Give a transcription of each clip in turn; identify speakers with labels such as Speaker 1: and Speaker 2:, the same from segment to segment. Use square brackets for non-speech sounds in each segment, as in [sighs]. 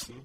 Speaker 1: Mm-hmm.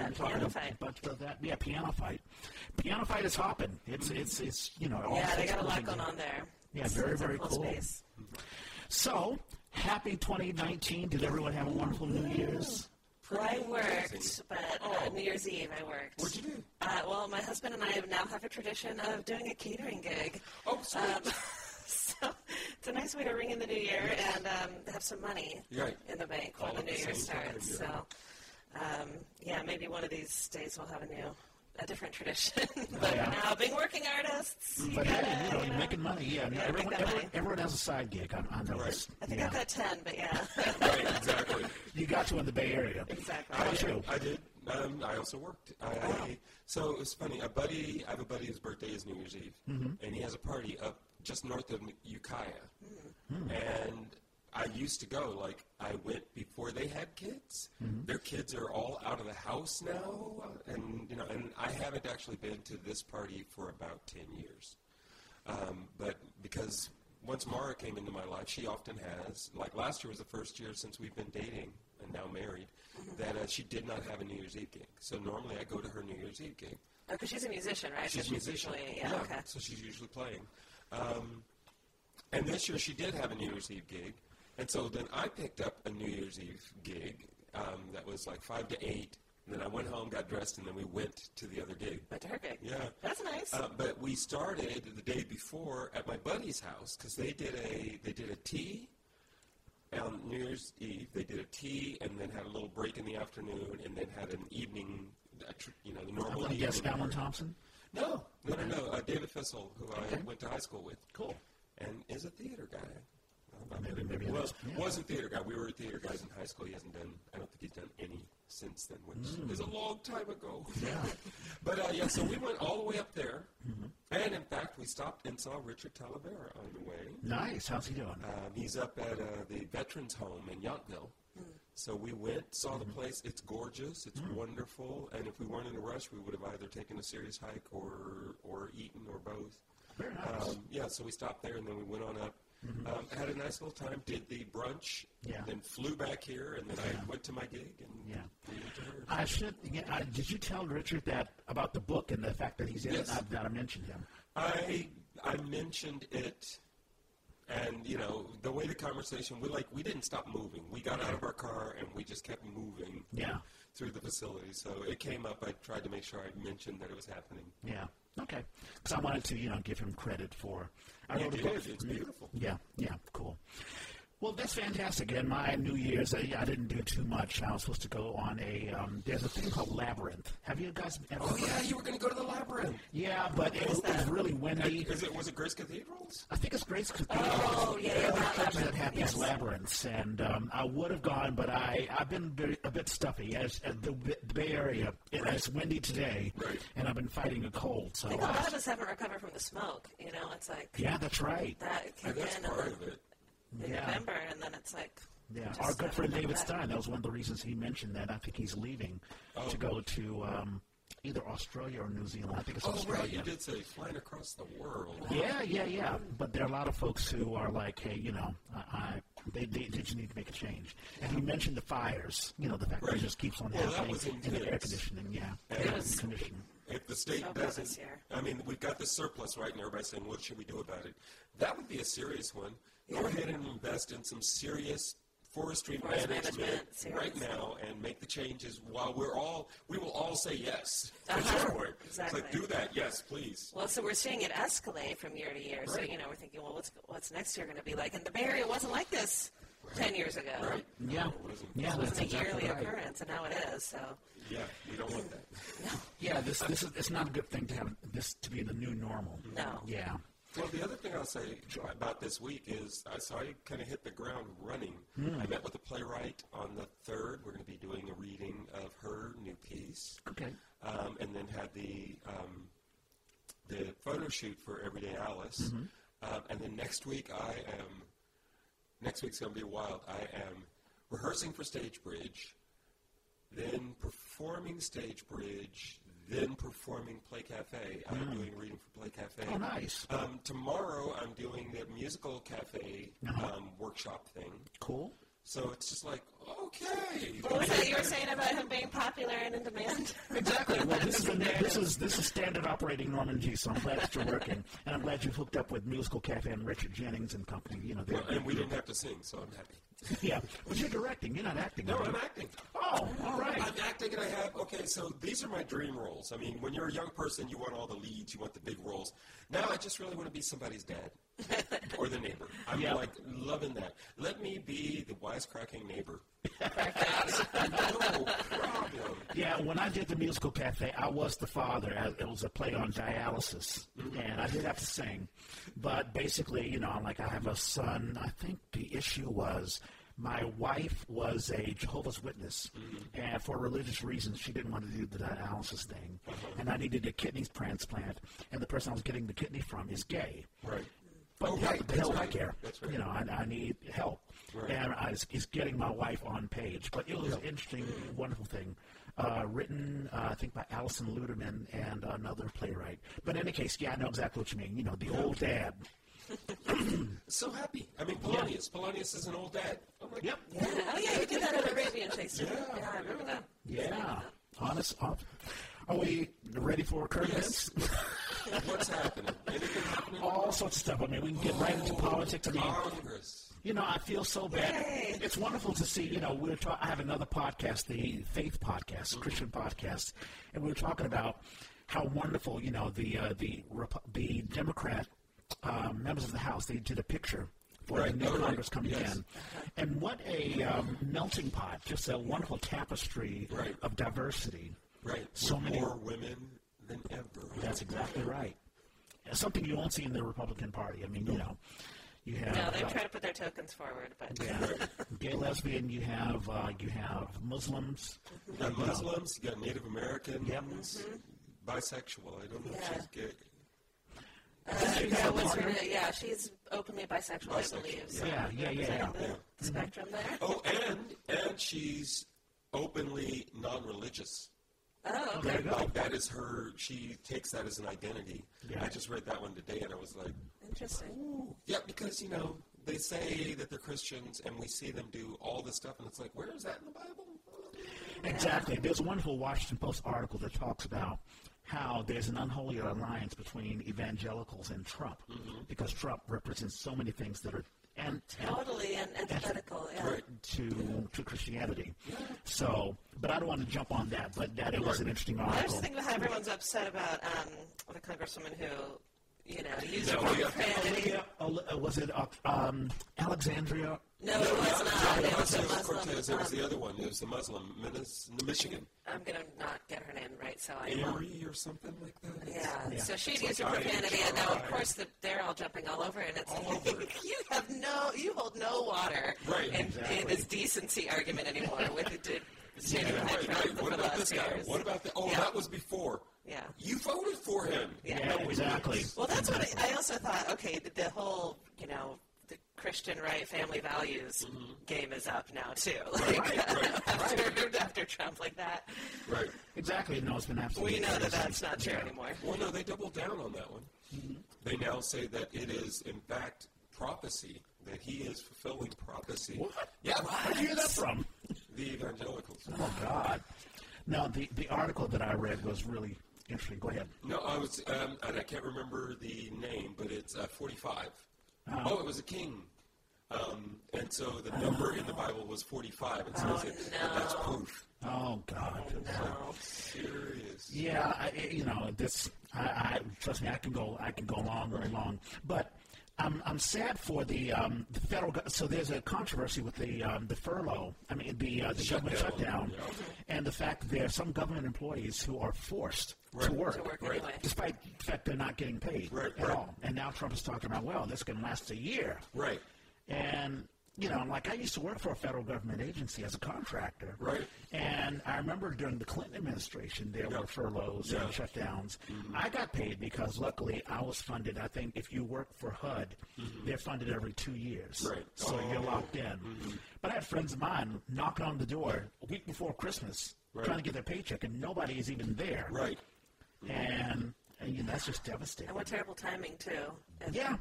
Speaker 1: I'm talking
Speaker 2: Piano
Speaker 1: about,
Speaker 2: Fight.
Speaker 1: but that yeah, piano fight. Piano fight is hopping. It's it's it's you know. all
Speaker 2: Yeah, they
Speaker 1: sorts
Speaker 2: got a
Speaker 1: of
Speaker 2: lot
Speaker 1: things.
Speaker 2: going on there.
Speaker 1: Yeah, very
Speaker 2: It's a
Speaker 1: very
Speaker 2: cool
Speaker 1: cool.
Speaker 2: space.
Speaker 1: So happy 2019! Did everyone have a wonderful New Year's?
Speaker 2: Well, I worked, but on New Year's Eve I worked.
Speaker 3: What'd you do?
Speaker 2: Uh, well, my husband and I have now have a tradition of doing a catering gig.
Speaker 3: Oh, sweet.
Speaker 2: Um, [laughs] so it's a nice way to ring in the new year and um, have some money
Speaker 3: Right.
Speaker 2: in the bank
Speaker 3: All
Speaker 2: when the
Speaker 3: at
Speaker 2: new
Speaker 3: the
Speaker 2: year
Speaker 3: same time,
Speaker 2: starts. So,
Speaker 3: yeah.
Speaker 2: um, yeah, maybe one of these days we'll have a new, a different tradition. [laughs] but
Speaker 1: yeah. Mm-hmm.
Speaker 2: now, being working artists, you
Speaker 1: But
Speaker 2: gotta,
Speaker 1: hey, you know,
Speaker 2: you
Speaker 1: you're
Speaker 2: know.
Speaker 1: making money. Yeah,
Speaker 2: make
Speaker 1: everyone,
Speaker 2: that
Speaker 1: everyone,
Speaker 2: money.
Speaker 1: everyone has a side gig. I, I know this.
Speaker 2: I think
Speaker 1: Yeah.
Speaker 2: I've got ten, but yeah,
Speaker 3: Right, exactly.
Speaker 1: You got to in the Bay Area.
Speaker 2: exactly.
Speaker 1: How
Speaker 2: [laughs]
Speaker 1: about you?
Speaker 3: I did. Um, I also worked. I, So it was funny. A buddy, I have a buddy whose birthday is New Year's Eve, and he has a party up just north of Ukiah. And I used to go. Like I went before they had kids. Their kids are all out of the house now, and you know. And I haven't actually been to this party for about ten years. Um, but because once Mara came into my life, she often has. Like last year was the first year since we've been dating and now married that uh, she did not have a New Year's Eve gig. So normally I go to her New Year's Eve gig.
Speaker 2: Because Oh, she's a musician, right?
Speaker 3: She's
Speaker 2: So
Speaker 3: a musician.
Speaker 2: usually- yeah, okay.
Speaker 3: So she's usually playing. Um, and this year she did have a New Year's Eve gig. And so then I picked up a New Year's Eve gig um, that was like 5 to 8. And then I went home, got dressed, and then we went to the other gig.
Speaker 2: But her gig.
Speaker 3: Yeah.
Speaker 2: That's nice.
Speaker 3: Uh, but we started the day before at my buddy's house because they did a they did a tea on New Year's Eve. They did a tea and then had a little break in the afternoon and then had an evening, a tr- you know, the
Speaker 1: I'm
Speaker 3: normal
Speaker 1: going to
Speaker 3: evening.
Speaker 1: guess Alan Thompson.
Speaker 3: No, no, no, no. Uh, David Fissel, who I went to high school with,
Speaker 1: Cool.
Speaker 3: and is a theater guy. Well,
Speaker 1: Maybe- maybe
Speaker 3: well,
Speaker 1: that's- yeah.
Speaker 3: was a theater guy. We were theater guys in high school. He hasn't done. I don't think he's done any since then, which is a long time ago.
Speaker 1: Hmm. Yeah.
Speaker 3: [laughs]
Speaker 1: Mm-hmm.
Speaker 3: But uh, yeah, so we went all the way up there, and in fact, we stopped and saw Richard Talavera on the way.
Speaker 1: Nice. How's he doing?
Speaker 3: Um, he's up at uh, the Veterans Home in Yountville. So we went, saw
Speaker 1: Mm-hmm.
Speaker 3: the place. It's gorgeous. It's wonderful. And if we weren't in a rush, we would have either taken a serious hike or or eaten or both.
Speaker 1: Very nice. Mm-hmm.
Speaker 3: Um, yeah, so we stopped there and then we went on up. Um, had a nice little time. Did the brunch.
Speaker 1: Yeah.
Speaker 3: Then flew back here and then I went to my gig and
Speaker 1: Yeah.
Speaker 3: we went to her.
Speaker 1: I should. Yeah, I, did you tell Richard that about the book and the fact that he's in
Speaker 3: Yes.
Speaker 1: it? I've got to mention him.
Speaker 3: I I mentioned it, and you know the way the conversation we like we didn't stop moving. We got out of our car and we just kept moving.
Speaker 1: Yeah.
Speaker 3: Through the facility, so it came up. I tried to make sure I mentioned that it was happening.
Speaker 1: Yeah. Okay. Because I wanted to, you know, give him credit for. I
Speaker 3: Yeah,
Speaker 1: wrote a
Speaker 3: it
Speaker 1: book.
Speaker 3: is. It's beautiful.
Speaker 1: Yeah. Yeah. Cool. Well, that's fantastic. And my New Year's, uh, I, I didn't do too much. I was supposed to go on a. Um, there's a thing called Labyrinth. Have you guys ever?
Speaker 3: Oh yeah, you were going to go to the labyrinth.
Speaker 1: Yeah, but it was, it was really windy.
Speaker 3: Is it was it Grace Cathedrals?
Speaker 1: I think it's Grace Cathedral.
Speaker 2: oh, yeah, yeah, that
Speaker 1: Sometimes that
Speaker 2: happened.
Speaker 1: happens
Speaker 2: Yes.
Speaker 1: labyrinths, and um, I would have gone, but I I've been very, a bit stuffy as, as the, B- the Bay Area. and It's windy today,
Speaker 3: Right.
Speaker 1: and I've been fighting a cold. So
Speaker 2: I think a lot
Speaker 1: I,
Speaker 2: of us haven't recovered from the smoke. You know, it's like
Speaker 1: yeah, that's right.
Speaker 2: that
Speaker 3: And
Speaker 2: kicked
Speaker 3: that's
Speaker 2: in
Speaker 3: part
Speaker 2: in
Speaker 3: of it.
Speaker 1: Yeah.
Speaker 2: November, and then it's like
Speaker 1: Yeah,
Speaker 2: just
Speaker 1: our good friend
Speaker 2: haven't
Speaker 1: David
Speaker 2: come back.
Speaker 1: Stein. That was one of the reasons he mentioned that. I think he's leaving
Speaker 3: Oh,
Speaker 1: to go to um, either Australia or New Zealand. I think it's
Speaker 3: Oh right,
Speaker 1: Australia.
Speaker 3: you did say flying across the world.
Speaker 1: Yeah, yeah, yeah. But there are a lot of folks who are like, hey, you know, I, I they, they, they just need to make a change. And you mentioned the fires, you know, the fact that
Speaker 3: Right.
Speaker 1: it just keeps on
Speaker 3: Well, that
Speaker 1: happening
Speaker 3: was
Speaker 1: and the air
Speaker 3: intense.
Speaker 1: conditioning, yeah.
Speaker 3: It
Speaker 2: was-
Speaker 1: conditioning.
Speaker 3: If the state
Speaker 2: Open this
Speaker 3: doesn't,
Speaker 2: year.
Speaker 3: I mean, we've got the surplus, right? And everybody's saying, what should we do about it? That would be a serious one. Go ahead and invest in some serious forestry
Speaker 2: Forest
Speaker 3: management,
Speaker 2: management, serious.
Speaker 3: right now and make the changes while we're all, we will all say yes.
Speaker 2: [laughs]
Speaker 3: That's
Speaker 2: Uh-huh.
Speaker 3: for it.
Speaker 2: Exactly.
Speaker 3: It's like, do that, yes, please.
Speaker 2: Well, so we're seeing it escalate from year to year. So
Speaker 3: Right.
Speaker 2: you know, we're thinking, well, what's what's next year going to be like? And the Bay Area wasn't like this ten years ago.
Speaker 3: Right?
Speaker 1: Yeah,
Speaker 3: No, it wasn't.
Speaker 1: yeah,
Speaker 2: It
Speaker 1: that's
Speaker 2: wasn't a
Speaker 1: exactly
Speaker 2: yearly
Speaker 1: right.
Speaker 2: occurrence, and now it is. So
Speaker 3: Yeah, we don't want that.
Speaker 1: Yeah, this this is it's not a good thing to have this to be the new normal.
Speaker 2: No.
Speaker 1: Yeah.
Speaker 3: Well, the other thing I'll say about this week is I so I kind of hit the ground running. I met with a playwright on the third. We're going to be doing a reading of her new piece.
Speaker 1: Okay.
Speaker 3: um, and then had the um, the photo shoot for Everyday Alice. Um, and then next week, I am next week's gonna be wild. I am rehearsing for Stage Bridge, then performing Stage Bridge, then performing Play Cafe. I'm doing reading for Play Cafe.
Speaker 1: Hmm. Oh, nice. Uh-huh.
Speaker 3: Um, tomorrow, I'm doing the musical cafe um, workshop thing.
Speaker 1: Cool.
Speaker 3: So it's just like, okay.
Speaker 2: What was that you were saying about him being popular and in demand?
Speaker 1: Exactly. Well, this is, the, this is this is standard operating Norman G. So I'm glad that you're working, and I'm glad you've hooked up with Musical Cafe and Richard Jennings and company. You know, they're,
Speaker 3: And we didn't have to sing, so I'm happy.
Speaker 1: yeah. But you're directing. You're not acting.
Speaker 3: No,
Speaker 1: are you?
Speaker 3: I'm acting.
Speaker 1: Oh, all right.
Speaker 3: I'm acting and I have, okay, so these are my dream roles. I mean, when you're a young person, you want all the leads, you want the big roles. Now I just really want to be somebody's dad or the neighbor. I'm
Speaker 1: Yeah.
Speaker 3: like loving that. Let me be the wisecracking neighbor. [laughs] no problem.
Speaker 1: Yeah, when I did the musical cafe, I was the father. I, it was a play on dialysis, and I did have to sing. But basically, you know, I'm like, I have a son. I think the issue was my wife was a Jehovah's Witness, and for religious reasons, she didn't want to do the dialysis thing, and I needed a kidney transplant, and the person I was getting the kidney from is gay.
Speaker 3: Right.
Speaker 1: But
Speaker 3: Oh,
Speaker 1: yeah,
Speaker 3: right,
Speaker 1: the
Speaker 3: that's
Speaker 1: hell I
Speaker 3: right,
Speaker 1: care.
Speaker 3: that's right.
Speaker 1: You know, I, I need help.
Speaker 3: Right.
Speaker 1: And I was, is getting my wife on page. But it was an interesting, wonderful thing. Uh, written, uh, I think, by Allison Luderman and another playwright. But in any case, yeah, I know exactly what you mean. You know, the old dad.
Speaker 3: So happy. I mean, Polonius. Polonius is an old dad. I'm like,
Speaker 1: Yep.
Speaker 2: Yeah. Oh, yeah, you did that in Arabian Chaser.
Speaker 3: Yeah,
Speaker 2: Yeah, I remember that.
Speaker 1: Yeah. Honest. Up. Are we ready for current events?
Speaker 3: Yes. what's happening? Anything happening?
Speaker 1: All sorts of stuff. I mean, we can get right into politics. I mean,
Speaker 3: Congress.
Speaker 1: You know, I feel so bad.
Speaker 2: Yay.
Speaker 1: It's wonderful to see. You know, we we're. Ta- I have another podcast, the Faith
Speaker 3: Mm-hmm.
Speaker 1: Podcast, Christian podcast, and we were talking about how wonderful. You know, the uh, the Rep- the Democrat uh, members of the House they did a picture for
Speaker 3: Right.
Speaker 1: the new
Speaker 3: Oh, right.
Speaker 1: Congress coming
Speaker 3: Yes.
Speaker 1: in, and what a um, melting pot! Just a wonderful tapestry
Speaker 3: Right.
Speaker 1: of diversity.
Speaker 3: Right.
Speaker 1: So
Speaker 3: With
Speaker 1: many-
Speaker 3: more women than ever.
Speaker 1: That's exactly right. It's something you won't see in the Republican Party. I mean, you know, you have
Speaker 2: No, they
Speaker 1: uh,
Speaker 2: try to put their tokens forward, but
Speaker 1: Yeah. Gay, lesbian. You have uh, you have Muslims.
Speaker 3: You got Muslims, you got Native Americans,
Speaker 1: Yep. Mm-hmm.
Speaker 3: bisexual. I don't know
Speaker 2: Yeah.
Speaker 3: if she's gay.
Speaker 2: uh, yeah, what's her, yeah, she's openly bisexual, I
Speaker 3: Bisexual,
Speaker 2: believe.
Speaker 3: yeah.
Speaker 2: So
Speaker 1: Yeah, yeah, yeah,
Speaker 2: it's
Speaker 1: yeah.
Speaker 2: on the spectrum there.
Speaker 3: Oh, and and she's openly non-religious.
Speaker 2: Oh,
Speaker 1: There you go.
Speaker 3: Like that is her. She takes that as an identity.
Speaker 1: Yeah.
Speaker 3: I just read that one today, and I was like,
Speaker 2: interesting.
Speaker 3: Ooh, yeah, because you know they say that they're Christians, and we see them do all this stuff, and it's like, where is that in the Bible?
Speaker 1: Exactly. There's a wonderful Washington Post article that talks about how there's an unholy alliance between evangelicals and Trump
Speaker 2: Mm-hmm.
Speaker 1: because Trump represents so many things that are and,
Speaker 2: Totally and antithetical. Yeah.
Speaker 3: Right.
Speaker 1: to to Christianity. So, but I don't want to jump on that. But that it was an interesting
Speaker 2: I was
Speaker 1: article.
Speaker 2: thinking how everyone's upset about um, the congresswoman who, you know, used
Speaker 3: No,
Speaker 2: her
Speaker 3: yeah.
Speaker 2: profanity.
Speaker 1: Olivia, Oli- uh, was it uh, um, Alexandria?
Speaker 2: No, it was not. It was a
Speaker 3: Ocasio Cortez. It
Speaker 2: Muslim.
Speaker 3: was
Speaker 2: Um,
Speaker 3: the other one. It was the Muslim, Minas, Michigan,
Speaker 2: I'm going to not get her name right, so I won't.
Speaker 3: Erie or something like that.
Speaker 2: Yeah.
Speaker 1: Yeah.
Speaker 2: So she used her
Speaker 3: like, I
Speaker 2: profanity, and now, of
Speaker 3: tried.
Speaker 2: course, the, they're all jumping all over, and it's
Speaker 3: All
Speaker 2: like,
Speaker 3: over.
Speaker 2: [laughs] you have no, you hold no water
Speaker 3: Right,
Speaker 2: in, in
Speaker 1: exactly.
Speaker 2: this decency argument anymore with the dude.
Speaker 3: [laughs] Yeah, right, right. What about
Speaker 2: [laughs]
Speaker 3: this guy? What about the? Oh,
Speaker 2: Yeah.
Speaker 3: that was before.
Speaker 2: Yeah.
Speaker 3: You voted for him.
Speaker 2: Yeah.
Speaker 1: exactly.
Speaker 2: Well, that's what I, I also thought. Okay, the, the whole you know the Christian right family values game is up now too. Like,
Speaker 3: Mm-hmm.
Speaker 2: [laughs]
Speaker 3: Right, right,
Speaker 2: after, after Trump like that,
Speaker 3: right.
Speaker 1: Exactly. No, it's been absolutely.
Speaker 2: we know that that's not true anymore.
Speaker 3: Well, no, they doubled down on that one. They now say that it is, in fact, prophecy that he is fulfilling prophecy.
Speaker 1: What?
Speaker 3: Yeah,
Speaker 1: Where'd you hear that from?
Speaker 3: the evangelicals.
Speaker 1: Oh God! No, the the article that I read was really interesting. Go ahead.
Speaker 3: No, I was, um, and I can't remember the name, but it's uh, 45.
Speaker 1: Uh-huh.
Speaker 3: Oh, it was a king. Um, and so the number in the Bible was 45. And so oh, that's proof.
Speaker 1: Oh God!
Speaker 2: No.
Speaker 3: Serious.
Speaker 1: Yeah, I, I- you know this. I, I trust me. I can go. I can go long and long. But I'm I'm sad for the um, the federal. Go- so there's a controversy with the um, the furlough. I mean the uh, the government
Speaker 3: Shutdown.
Speaker 1: shutdown, and the fact that there are some government employees who are forced to work.
Speaker 2: To work
Speaker 3: Right.
Speaker 2: anyway.
Speaker 1: Despite the fact they're not getting paid
Speaker 3: Right,
Speaker 1: at
Speaker 3: right.
Speaker 1: all. And now Trump is talking about, well, this can last a year.
Speaker 3: Right.
Speaker 1: And you know, I'm like I used to work for a federal government agency as a contractor.
Speaker 3: Right.
Speaker 1: And I remember during the Clinton administration, there
Speaker 3: Yeah.
Speaker 1: were furloughs and
Speaker 3: Yeah.
Speaker 1: shutdowns.
Speaker 3: Mm-hmm.
Speaker 1: I got paid because luckily I was funded. I think if you work for HUD, they're funded every two years,
Speaker 3: Mm-hmm. Right.
Speaker 1: so
Speaker 3: Oh. Mm-hmm.
Speaker 1: you're locked in. But I had friends of mine knocking on the door a week before Christmas,
Speaker 3: Right.
Speaker 1: trying to get their paycheck, and nobody is even there.
Speaker 3: Right.
Speaker 1: And, and, you know, that's just devastating.
Speaker 2: And what terrible timing too. And
Speaker 1: Yeah.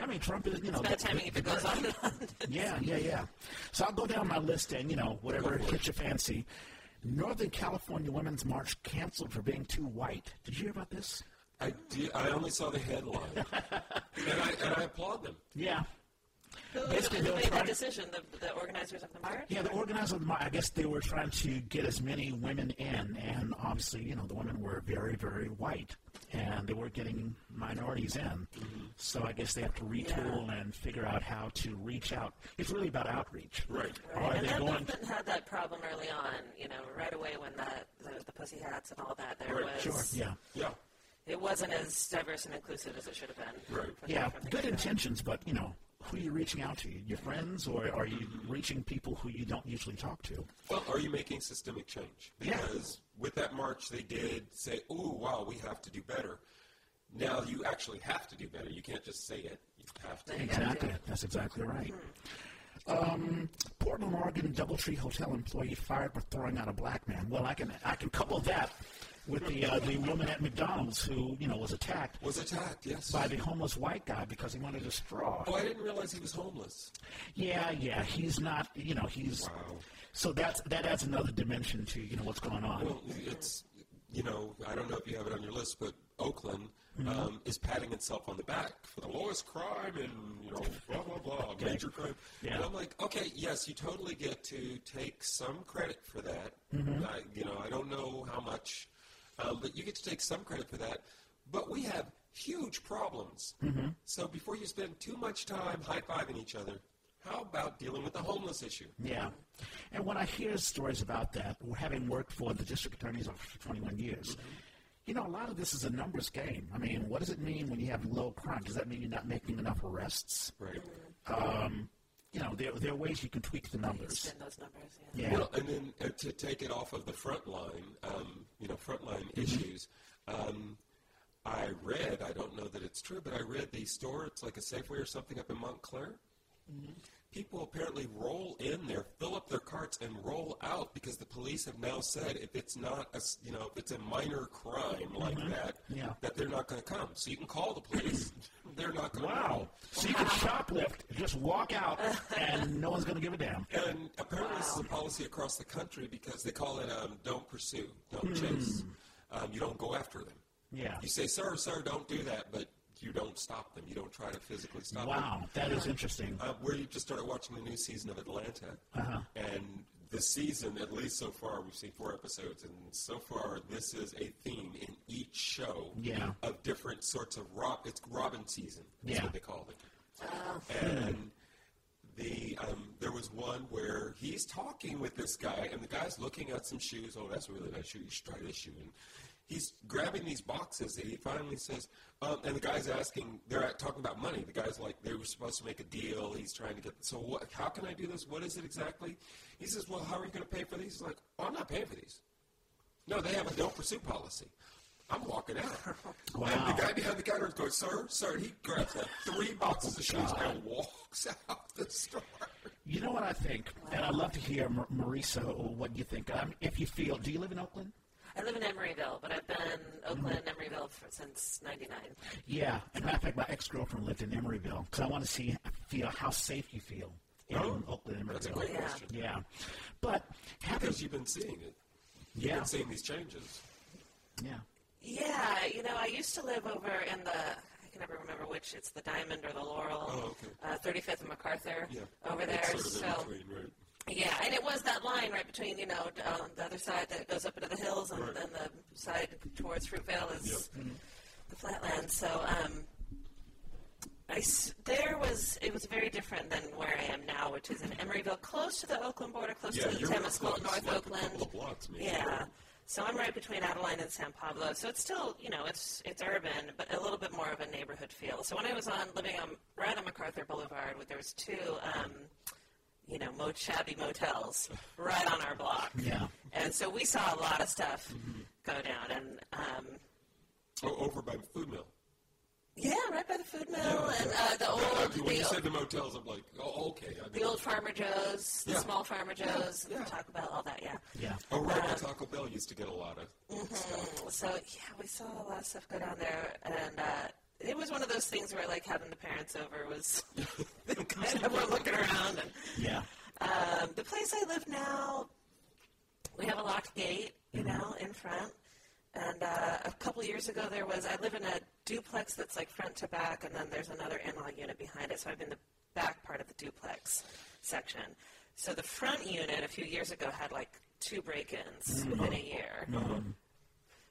Speaker 1: I mean, Trump is, you know,
Speaker 2: Bad
Speaker 1: the-
Speaker 2: timing if it goes on and on.
Speaker 1: yeah, yeah, yeah. So I'll go down my list and, you know, whatever hits your fancy. Northern California Women's March canceled for being too white. Did you hear about this?
Speaker 3: I, did, I only saw the headline,
Speaker 1: [laughs]
Speaker 3: and, I, and I applaud them.
Speaker 1: Yeah.
Speaker 2: Who,
Speaker 1: Basically,
Speaker 2: who
Speaker 1: they'll
Speaker 2: made
Speaker 1: try-
Speaker 2: that decision? The, the organizers of the march?
Speaker 1: Yeah, the organizers, of the mar- I guess they were trying to get as many women in, and obviously, you know, the women were very, very white, and they were getting minorities in. So I guess they have to retool and figure out how to reach out. It's really about outreach.
Speaker 3: Right.
Speaker 1: Are
Speaker 2: and
Speaker 1: they
Speaker 2: that
Speaker 1: going?
Speaker 2: movement had that problem early on, you know, right away when that the, the pussy hats and all that. There
Speaker 3: Right,
Speaker 2: was
Speaker 1: Sure. Yeah.
Speaker 3: Yeah.
Speaker 2: it wasn't as diverse and inclusive as it should have been.
Speaker 3: Right.
Speaker 2: from the-
Speaker 1: Yeah,
Speaker 2: from the
Speaker 1: good
Speaker 2: get-go.
Speaker 1: intentions, but you know, who are you reaching out to? Your friends, or are you reaching people who you don't usually talk to?
Speaker 3: Well, are you making systemic change?
Speaker 1: Yeah.
Speaker 3: Because with that march, they did say, "Oh, wow, we have to do better." Now you actually have to do better. You can't just say it. You have to.
Speaker 1: Exactly, that's exactly right. Um, Portland, Oregon, DoubleTree hotel employee fired for throwing out a black man. Well, I can I can couple that with the uh, the woman at McDonald's who you know was attacked
Speaker 3: Was attacked. Yes.
Speaker 1: by the homeless white guy because he wanted a straw.
Speaker 3: Oh, I didn't realize he was homeless.
Speaker 1: Yeah, yeah, he's not. You know, he's.
Speaker 3: Wow.
Speaker 1: So that's that adds another dimension to you know what's going on.
Speaker 3: Well, it's you know I don't know if you have it on your list, but Oakland
Speaker 1: Mm-hmm.
Speaker 3: um, is patting itself on the back for the lowest crime and you know blah blah blah major crime.
Speaker 1: [laughs] Yeah.
Speaker 3: And I'm like, okay, yes, you totally get to take some credit for that.
Speaker 1: Mm-hmm.
Speaker 3: I, you know, I don't know how much, um, but you get to take some credit for that. But we have huge problems.
Speaker 1: Mm-hmm.
Speaker 3: So before you spend too much time high fiving each other, how about dealing with the homeless issue?
Speaker 1: Yeah. And when I hear stories about that, having worked for the district attorney's office for 21 years, you know, a lot of this is a numbers game. I mean, what does it mean when you have low crime? Does that mean you're not making enough arrests?
Speaker 3: Right.
Speaker 1: You know, there, there are ways you can tweak the numbers.
Speaker 2: Spin those numbers. Yeah.
Speaker 1: Yeah.
Speaker 3: Well, and then uh, to take it off of the front line, um, you know, front line
Speaker 1: Mm-hmm.
Speaker 3: issues, um, I read, I don't know that it's true, but I read the store, it's like a Safeway or something up in Montclair.
Speaker 1: Mm-hmm.
Speaker 3: People apparently roll in there, fill up their carts, and roll out because the police have now said if it's not a, s- you know, if it's a minor crime like that,
Speaker 1: Mm-hmm. Yeah.
Speaker 3: that they're not going to come. So you can call the
Speaker 1: [coughs]
Speaker 3: police. they're not going to
Speaker 1: Wow. So you can shoplift, just walk out, and no one's going to give a damn.
Speaker 3: And apparently, this is a policy across the country because they call it um, "don't pursue, don't chase." Um, you don't go after them.
Speaker 1: Hmm. Yeah.
Speaker 3: You say, "Sir, sir, don't do that," but you don't stop them. You don't try to physically stop them.
Speaker 1: Wow. That is interesting.
Speaker 3: Uh, where you just started watching the new season of Atlanta,
Speaker 1: Uh-huh.
Speaker 3: and this season, at least so far, we've seen four episodes, and so far, this is a theme in each show
Speaker 1: Yeah.
Speaker 3: of different sorts of rob. It's Robin season. That's
Speaker 1: Yeah.
Speaker 3: what they called it. and the um, there was one where he's talking with this guy, and the guy's looking at some shoes. Oh, that's a really nice shoe. You should try this shoe. And he's grabbing these boxes, and he finally says, um, and the guy's asking. They're at- talking about money. The guy's like, they were supposed to make a deal. He's trying to get. So what? How can I do this? What is it exactly? He says, well, how are you going to pay for these? He's like, oh, I'm not paying for these. No, they have a don't pursue policy. I'm walking out.
Speaker 1: [laughs] Wow.
Speaker 3: And the guy behind the counter is going, sir, sir. He grabs like three boxes of shoes and walks [laughs] out the store.
Speaker 1: You know what I think? And I'd love to hear, Mar- Marisa, what you think. Um, if you feel, do you live in Oakland?
Speaker 2: I live in Emeryville, but I've been in
Speaker 3: Mm-hmm.
Speaker 2: Oakland, Emeryville for, since '99.
Speaker 1: Yeah. As a matter of fact, my ex girlfriend lived in Emeryville because I want to see feel how safe you feel in Oakland, Emeryville.
Speaker 3: Oh, That's a great
Speaker 2: Yeah.
Speaker 3: question.
Speaker 1: Yeah, but having
Speaker 3: Because you've been seeing it. You've
Speaker 1: yeah,
Speaker 3: been seeing these changes.
Speaker 1: yeah,
Speaker 2: Yeah, you know, I used to live over in the I can never remember which. It's the Diamond or the Laurel.
Speaker 3: Oh, okay.
Speaker 2: Uh, 35th and MacArthur
Speaker 3: Yeah.
Speaker 2: over there.
Speaker 3: It's sort of
Speaker 2: so
Speaker 3: in between, right?
Speaker 2: Yeah, and it was that line right between, you know, d- um, the other side that goes up into the hills and
Speaker 3: Right.
Speaker 2: then the side towards Fruitvale is the flatland. So um, I s- there was, it was very different than where I am now, which is in Emeryville, close to the Oakland border, close
Speaker 3: Yeah,
Speaker 2: to the
Speaker 3: you're
Speaker 2: Temescal,
Speaker 3: close,
Speaker 2: North
Speaker 3: like a
Speaker 2: Oakland.
Speaker 3: couple of blocks, maybe.
Speaker 2: yeah. So I'm right between Adeline and San Pablo. So it's still, you know, it's it's urban, but a little bit more of a neighborhood feel. So when I was on living on right on MacArthur Boulevard, where there was two, um, you know, mo- shabby motels right on our
Speaker 3: [laughs]
Speaker 2: block,
Speaker 1: yeah.
Speaker 2: and so we saw a lot of stuff
Speaker 3: Mm-hmm.
Speaker 2: go down. And um,
Speaker 3: Oh, over by Food Mill.
Speaker 2: yeah, right by the food mill and uh, the old
Speaker 3: Uh, when you
Speaker 2: the,
Speaker 3: said the motels, I'm like, oh, okay. I
Speaker 2: the
Speaker 3: mean,
Speaker 2: old Farmer Joe's, the
Speaker 3: Yeah.
Speaker 2: small Farmer Joe's,
Speaker 3: Yeah.
Speaker 2: the Taco Bell, all that. Yeah.
Speaker 1: yeah.
Speaker 3: oh, right. the Taco Bell used to get a lot of.
Speaker 2: So yeah, we saw a lot of stuff go down there, and uh, it was one of those things where like having the parents over was [laughs] kind of we're looking around and
Speaker 1: Yeah.
Speaker 2: um, the place I live now, we have a locked gate, you know, in front. And uh, a couple years ago, there was I live in a duplex that's like front to back, and then there's another in-law unit behind it. So I'm in the back part of the duplex section. So the front unit a few years ago had like two break-ins within a year.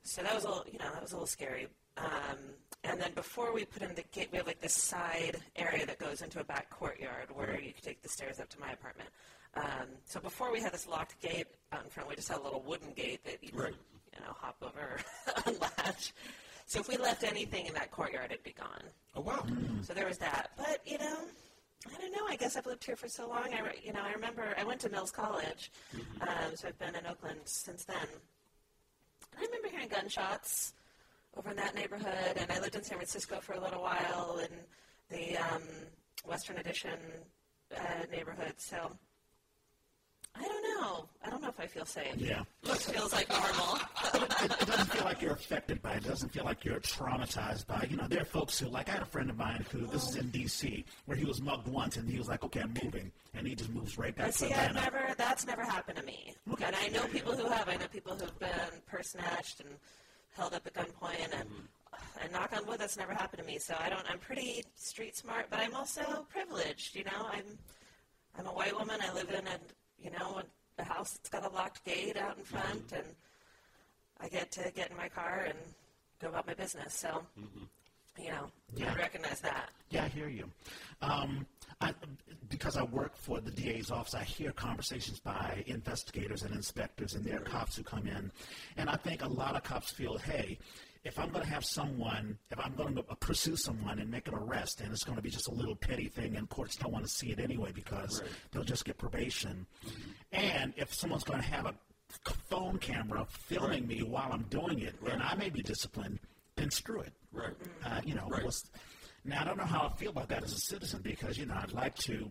Speaker 2: So that was a little, you know, that was a little scary. Um, and then before we put in the gate, we have like this side area that goes into a back courtyard where you can take the stairs up to my apartment. Um, so before we had this locked gate out in front, we just had a little wooden gate that you could,
Speaker 3: Right.
Speaker 2: you know, hop over [laughs] or unlatch. So if we left anything in that courtyard, it'd be gone.
Speaker 3: Oh wow.
Speaker 1: Mm-hmm.
Speaker 2: So there was that. But you know, I don't know. I guess I've lived here for so long. I re- you know I remember I went to Mills College, um, so I've been in Oakland since then. I remember hearing gunshots over in that neighborhood, and I lived in San Francisco for a little while in the um, Western Addition uh, neighborhood. So I don't know. I don't know if I feel safe.
Speaker 1: Yeah.
Speaker 2: It feels like normal.
Speaker 1: it doesn't feel like you're affected by it. It doesn't feel like you're traumatized by it. You know, there are folks who, like, I had a friend of mine who, this is in D.C., where he was mugged once and he was like, okay, I'm moving. And he just moves right back
Speaker 2: But
Speaker 1: to
Speaker 2: see, I've
Speaker 1: Atlanta.
Speaker 2: never, that's never happened to me. And I know people who have. I know people who've been purse snatched and held up at gunpoint and,
Speaker 1: Mm-hmm.
Speaker 2: and knock on wood, that's never happened to me. So I don't, I'm pretty street smart, but I'm also privileged, you know? I'm, I'm a white woman. I live in a, you know, a house that's got a locked gate out in front
Speaker 1: Mm-hmm.
Speaker 2: and I get to get in my car and go about my business. So, you know,
Speaker 1: Mm-hmm. Yeah.
Speaker 2: I recognize that.
Speaker 1: Yeah, I hear you. Um, I, because I work for the DA's office, I hear conversations by investigators and inspectors, and there are cops who come in. And I think a lot of cops feel, hey, if I'm going to have someone, if I'm going to pursue someone and make an arrest, and it's going to be just a little petty thing, and courts don't want to see it anyway because they'll just get probation. And if someone's going to have a c- phone camera filming me while I'm doing it, and I may be disciplined, then screw it.
Speaker 3: Right.
Speaker 1: Uh, you know,
Speaker 3: Right.
Speaker 1: what's, now I don't know how I feel about that as a citizen because you know I'd like to.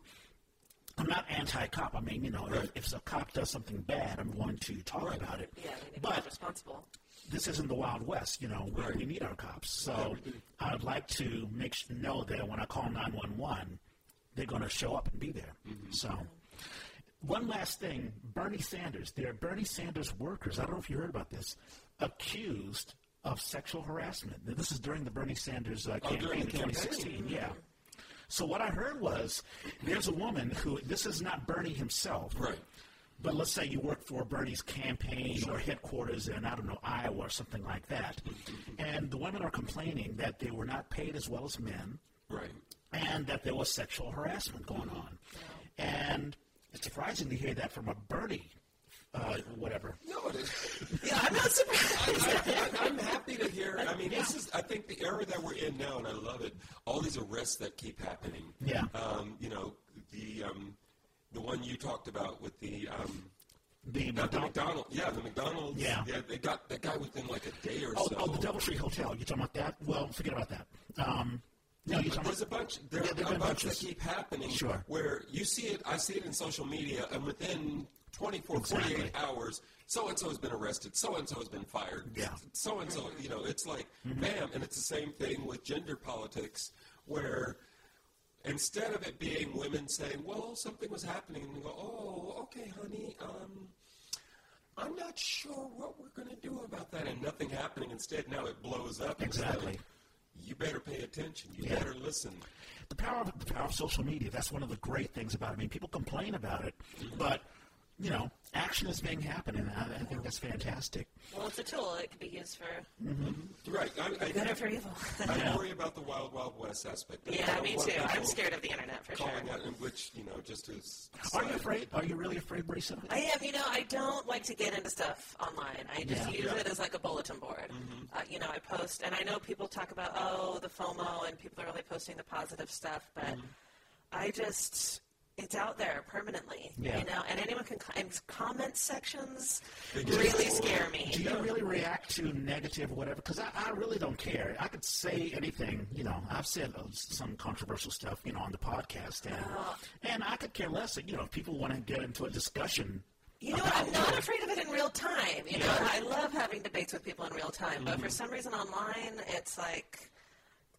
Speaker 1: I'm not anti-cop. I mean, you know,
Speaker 3: Right.
Speaker 1: if, if a cop does something bad, I'm going to talk about it.
Speaker 2: Yeah, I mean, if you're
Speaker 1: but
Speaker 2: responsible.
Speaker 1: this isn't the Wild West. You know, we,
Speaker 3: Right.
Speaker 1: we need our cops. So I'd like to make sure, know that when I call 911, they're going to show up and be there.
Speaker 3: Mm-hmm.
Speaker 1: So. One last thing, Bernie Sanders. There are Bernie Sanders workers. I don't know if you heard about this, accused of sexual harassment. Now, This is during the Bernie Sanders uh,
Speaker 3: Oh,
Speaker 1: campaign
Speaker 3: during
Speaker 1: in
Speaker 3: the campaign.
Speaker 1: 2016. Yeah. So what I heard was, there's a woman who. This is not Bernie himself.
Speaker 3: Right.
Speaker 1: But let's say you work for Bernie's campaign or headquarters in, I don't know, Iowa or something like that. And the women are complaining that they were not paid as well as men
Speaker 3: Right.
Speaker 1: and that there was sexual harassment going on. And it's surprising to hear that from a Bernie, uh, whatever.
Speaker 3: No, it is.
Speaker 2: Yeah, I'm not surprised.
Speaker 3: I, I, I'm happy to hear. I mean, this is. I think the era that we're in now, and I love it. All these arrests that keep happening.
Speaker 1: Yeah.
Speaker 3: Um, you know, the um, the one you talked about with the um,
Speaker 1: The
Speaker 3: not the
Speaker 1: McDonald-
Speaker 3: McDonald. Yeah, the McDonald's.
Speaker 1: Yeah.
Speaker 3: They got that guy within like a day or
Speaker 1: oh,
Speaker 3: so.
Speaker 1: oh, the DoubleTree Hotel. You talking about that? Well, forget about that. Um, no, you talking
Speaker 3: There's a
Speaker 1: about
Speaker 3: bunch. There
Speaker 1: Yeah, there've
Speaker 3: are a
Speaker 1: been
Speaker 3: bunch that
Speaker 1: bunches.
Speaker 3: keep happening.
Speaker 1: Sure.
Speaker 3: Where you see it, I see it in social media, and within 24,
Speaker 1: Exactly.
Speaker 3: 48 hours, so and so has been arrested. So and so has been fired.
Speaker 1: Yeah. Mm-hmm.
Speaker 3: So and so, you know, it's like bam, and it's the same thing with gender politics, where instead of it being women saying, "Well, something was happening," and you go, "Oh, okay, honey." Um, I'm not sure what we're going to do about that, and nothing happening. Instead, now it blows up. and it's like,
Speaker 1: Exactly.
Speaker 3: you better pay attention. You
Speaker 1: Yeah.
Speaker 3: better listen.
Speaker 1: the power of the power of social media. That's one of the great things about it. I mean, people complain about it, but you know, action is being happening. and I, I think that's fantastic.
Speaker 2: Well, it's a tool. It can be used for
Speaker 3: Right. I, I,
Speaker 2: good or for evil.
Speaker 3: I worry about the wild, wild west aspect. of
Speaker 2: [laughs]
Speaker 3: it. I
Speaker 2: Yeah,
Speaker 3: don't
Speaker 2: me
Speaker 3: want
Speaker 2: too. I'm
Speaker 3: people
Speaker 2: scared of the internet for sure.
Speaker 3: Calling out, in which you know, just as
Speaker 1: Are you afraid? Are you really afraid, Brisa?
Speaker 2: I am, you know, I don't like to get into stuff online. I just
Speaker 1: Yeah.
Speaker 2: use it as like a bulletin board. Uh, you know, I post, and I know people talk about, oh, the FOMO, and people are only posting the positive stuff, but I just, it's out there permanently,
Speaker 1: Yeah.
Speaker 2: you know, and anyone can, co- and comment sections
Speaker 3: They do.
Speaker 2: really scare me.
Speaker 1: Do you really react to negative or whatever? Because I, I really don't care. I could say anything. You know, I've said uh, some controversial stuff, you know, on the podcast, and and I could care less. You know, if people want to get into a discussion,
Speaker 2: You know, I'm not afraid of it in real time. You know, I love having debates with people in real time, but for some reason online, it's like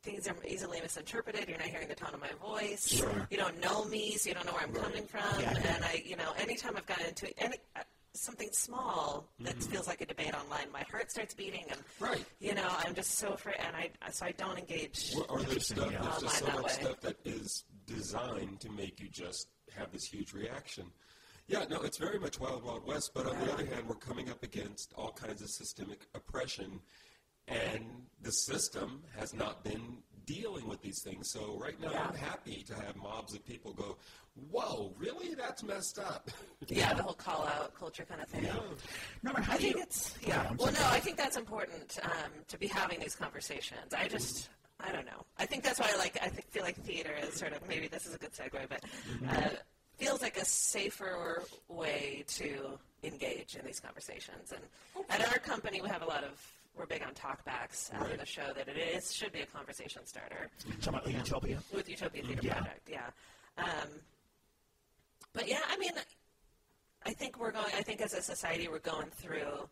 Speaker 2: things are easily misinterpreted. You're not hearing the tone of my voice. You don't know me, so you don't know where I'm coming from.
Speaker 1: Yeah, yeah.
Speaker 2: And I, you know, anytime I've gotten into any, uh, something small that feels like a debate online, my heart starts beating, and
Speaker 3: Right.
Speaker 2: you know, I'm just so afraid, and I so I don't engage.
Speaker 3: Or, or there's
Speaker 1: Interesting,
Speaker 3: stuff,
Speaker 1: yeah.
Speaker 3: there's just so
Speaker 2: Online
Speaker 3: much
Speaker 2: that way.
Speaker 3: stuff that is designed to make you just have this huge reaction. Yeah, no, it's very much Wild Wild West, but on the other hand, we're coming up against all kinds of systemic oppression, and the system has not been dealing with these things. So right now, I'm happy to have mobs of people go, whoa, really? That's messed up.
Speaker 2: Yeah, the whole call out culture kind of thing.
Speaker 1: No, but how
Speaker 2: I
Speaker 1: do
Speaker 2: think
Speaker 1: you?
Speaker 2: it's yeah.
Speaker 1: I'm
Speaker 2: Well, no, I think that's important um, to be having these conversations. I just I don't know. I think that's why I like I think, feel like theater is sort of maybe this is a good segue, but uh, feels like a safer way to engage in these conversations. And at our company, we have a lot of we're big on talkbacks after the show that it is should be a conversation starter
Speaker 1: Talking about Utopia.
Speaker 2: with Utopia Theater
Speaker 1: Yeah.
Speaker 2: Project. Yeah. Um, but yeah, I mean, I think we're going. I think as a society, we're going through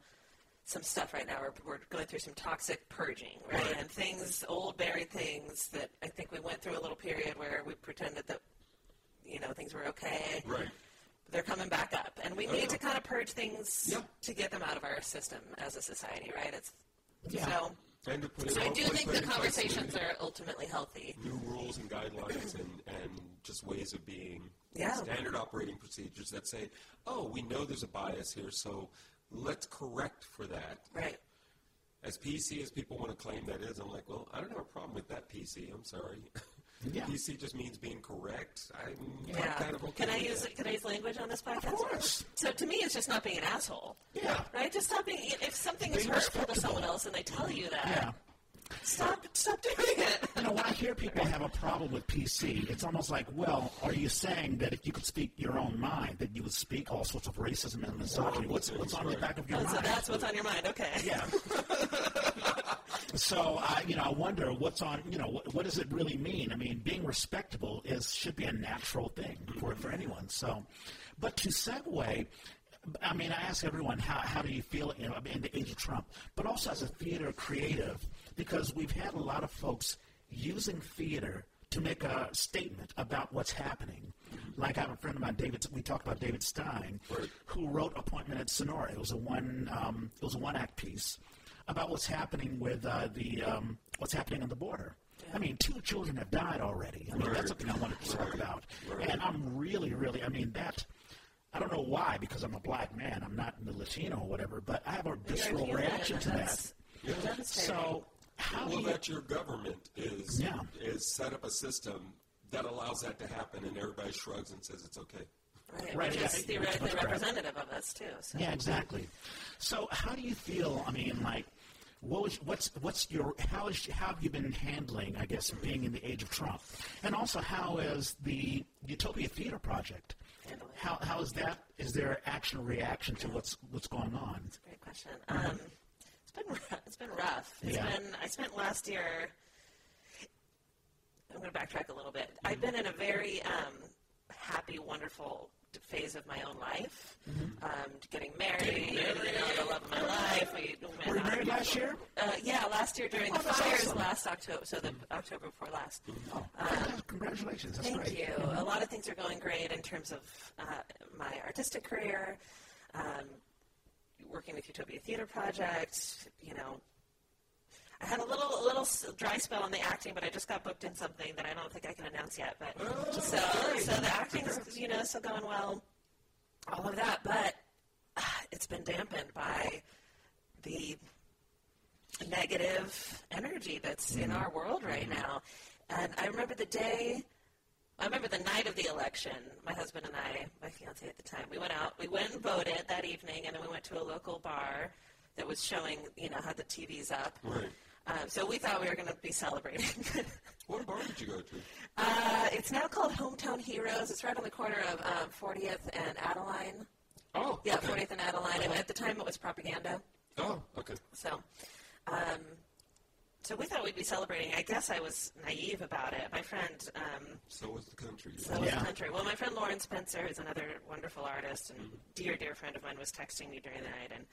Speaker 2: some stuff right now. We're, we're going through some toxic purging, right? And things, old buried things that I think we went through a little period where we pretended that you know things were okay.
Speaker 3: Right.
Speaker 2: They're coming back up, and we
Speaker 3: Oh,
Speaker 2: need
Speaker 3: yeah.
Speaker 2: to kind of purge things
Speaker 3: Yeah.
Speaker 2: to get them out of our system as a society, right? It's
Speaker 1: Yeah.
Speaker 2: so.
Speaker 3: [laughs] And to put
Speaker 2: So
Speaker 3: it,
Speaker 2: I do
Speaker 3: hopefully
Speaker 2: think
Speaker 3: put
Speaker 2: the
Speaker 3: in place
Speaker 2: conversations
Speaker 3: new-
Speaker 2: are ultimately healthy.
Speaker 3: New rules and guidelines and, and just ways of being
Speaker 2: Yeah.
Speaker 3: standard operating procedures that say, oh, we know there's a bias here, so let's correct for that.
Speaker 2: Right.
Speaker 3: As PC as people want to claim that is, I'm like, well, I don't have a problem with that PC. I'm sorry. [laughs]
Speaker 1: Yeah.
Speaker 3: PC just means being correct. I'm
Speaker 2: Yeah.
Speaker 3: kind of okay
Speaker 2: Can I
Speaker 3: with
Speaker 2: use
Speaker 3: that.
Speaker 2: can I use language on this podcast? Of
Speaker 1: course.
Speaker 2: So to me, it's just not being an asshole.
Speaker 1: Yeah.
Speaker 2: Right? Just stop being. If something is
Speaker 1: Being
Speaker 2: hurtful to
Speaker 1: respectable.
Speaker 2: someone else and they tell you that,
Speaker 1: Yeah.
Speaker 2: stop stop doing it. [laughs]
Speaker 1: You know, when I hear people have a problem with PC, it's almost like, well, are you saying that if you could speak your own mind, that you would speak all sorts of racism and misogyny? What's, what's on the back of your
Speaker 2: Oh, so
Speaker 1: mind?
Speaker 2: that's what's on your mind. Okay.
Speaker 1: Yeah. so I, you know, I wonder what's on. You know, what, what does it really mean? I mean, being respectable is should be a natural thing for for anyone. So, but to segue. I mean, I ask everyone, how, how do you feel you know, in the age of Trump? But also as a theater creative, because we've had a lot of folks using theater to make a statement about what's happening. Like I have a friend of mine, David. We talked about David Stein, who wrote Appointment at Sonora. It was a one. Um, it was a one act piece about what's happening with uh, the um, what's happening on the border. I mean, two children have died already. I mean, that's something I wanted to talk about, and I'm really, really. I mean, that. I don't know why, because I'm a black man. I'm not Latino or whatever, but I have a visceral
Speaker 2: Human,
Speaker 1: reaction to that.
Speaker 2: that's devastating.
Speaker 1: So, how do
Speaker 3: Well,
Speaker 1: you?
Speaker 3: that your government is
Speaker 1: Yeah.
Speaker 3: is set up a system that allows that to happen, and everybody shrugs and says it's okay.
Speaker 2: right.
Speaker 1: Right,
Speaker 2: Which
Speaker 1: yeah,
Speaker 2: is
Speaker 1: it's
Speaker 2: theoretically
Speaker 1: much crap.
Speaker 2: representative of us too. So.
Speaker 1: Yeah, exactly. So, how do you feel? I mean, like, what was, what's what's your how is how have you been handling? I guess being in the age of Trump, and also how is the Utopia Theater Project? How how is that? Is there action or reaction to what's what's going on?
Speaker 2: Great question. Um, it's been rou- it's been rough. It's
Speaker 1: Yeah.
Speaker 2: been I spent last year. I'm going to backtrack a little bit. I've been in a very um, happy, wonderful d- phase of my own life.
Speaker 1: Mm-hmm.
Speaker 2: Um, getting married, you know, the love of my life. We,
Speaker 1: Were you married last year?
Speaker 2: Uh, yeah, last year during the
Speaker 1: that's
Speaker 2: fires,
Speaker 1: awesome. Mm-hmm.
Speaker 2: last October, so the October before last.
Speaker 1: Congratulations, that's
Speaker 2: Thank
Speaker 1: great.
Speaker 2: you. A lot of things are going great in terms of uh, my artistic career, um, working with Utopia Theater Project. You know, I had a little a little s- dry spell on the acting, but I just got booked in something that I don't think I can announce yet. But so so the acting's you know still going well, all of that, but uh, [sighs] it's been dampened by the negative energy that's in our world right now. And I remember the day, I remember the night of the election. My husband and I, my fiance at the time, we went out, we went and voted that evening, and then we went to a local bar that was showing, you know, had the TVs up.
Speaker 3: Right.
Speaker 2: Um, so we thought we were going to be celebrating. [laughs]
Speaker 3: What bar did you go to?
Speaker 2: uh, it's now called Hometown Heroes. It's right on the corner of um, 40th and Adeline.
Speaker 3: Oh,
Speaker 2: Yeah,
Speaker 3: okay.
Speaker 2: 40th and Adeline. And at the time, it was propaganda.
Speaker 3: Oh, okay.
Speaker 2: So, um, so we thought we'd be celebrating. I guess I was naive about it. My friend, um,
Speaker 3: So was the country.
Speaker 2: so was
Speaker 1: Yeah.
Speaker 2: country. Well, my friend Lauren Spencer, who's another wonderful artist and dear, dear friend of mine, was texting me during the night, and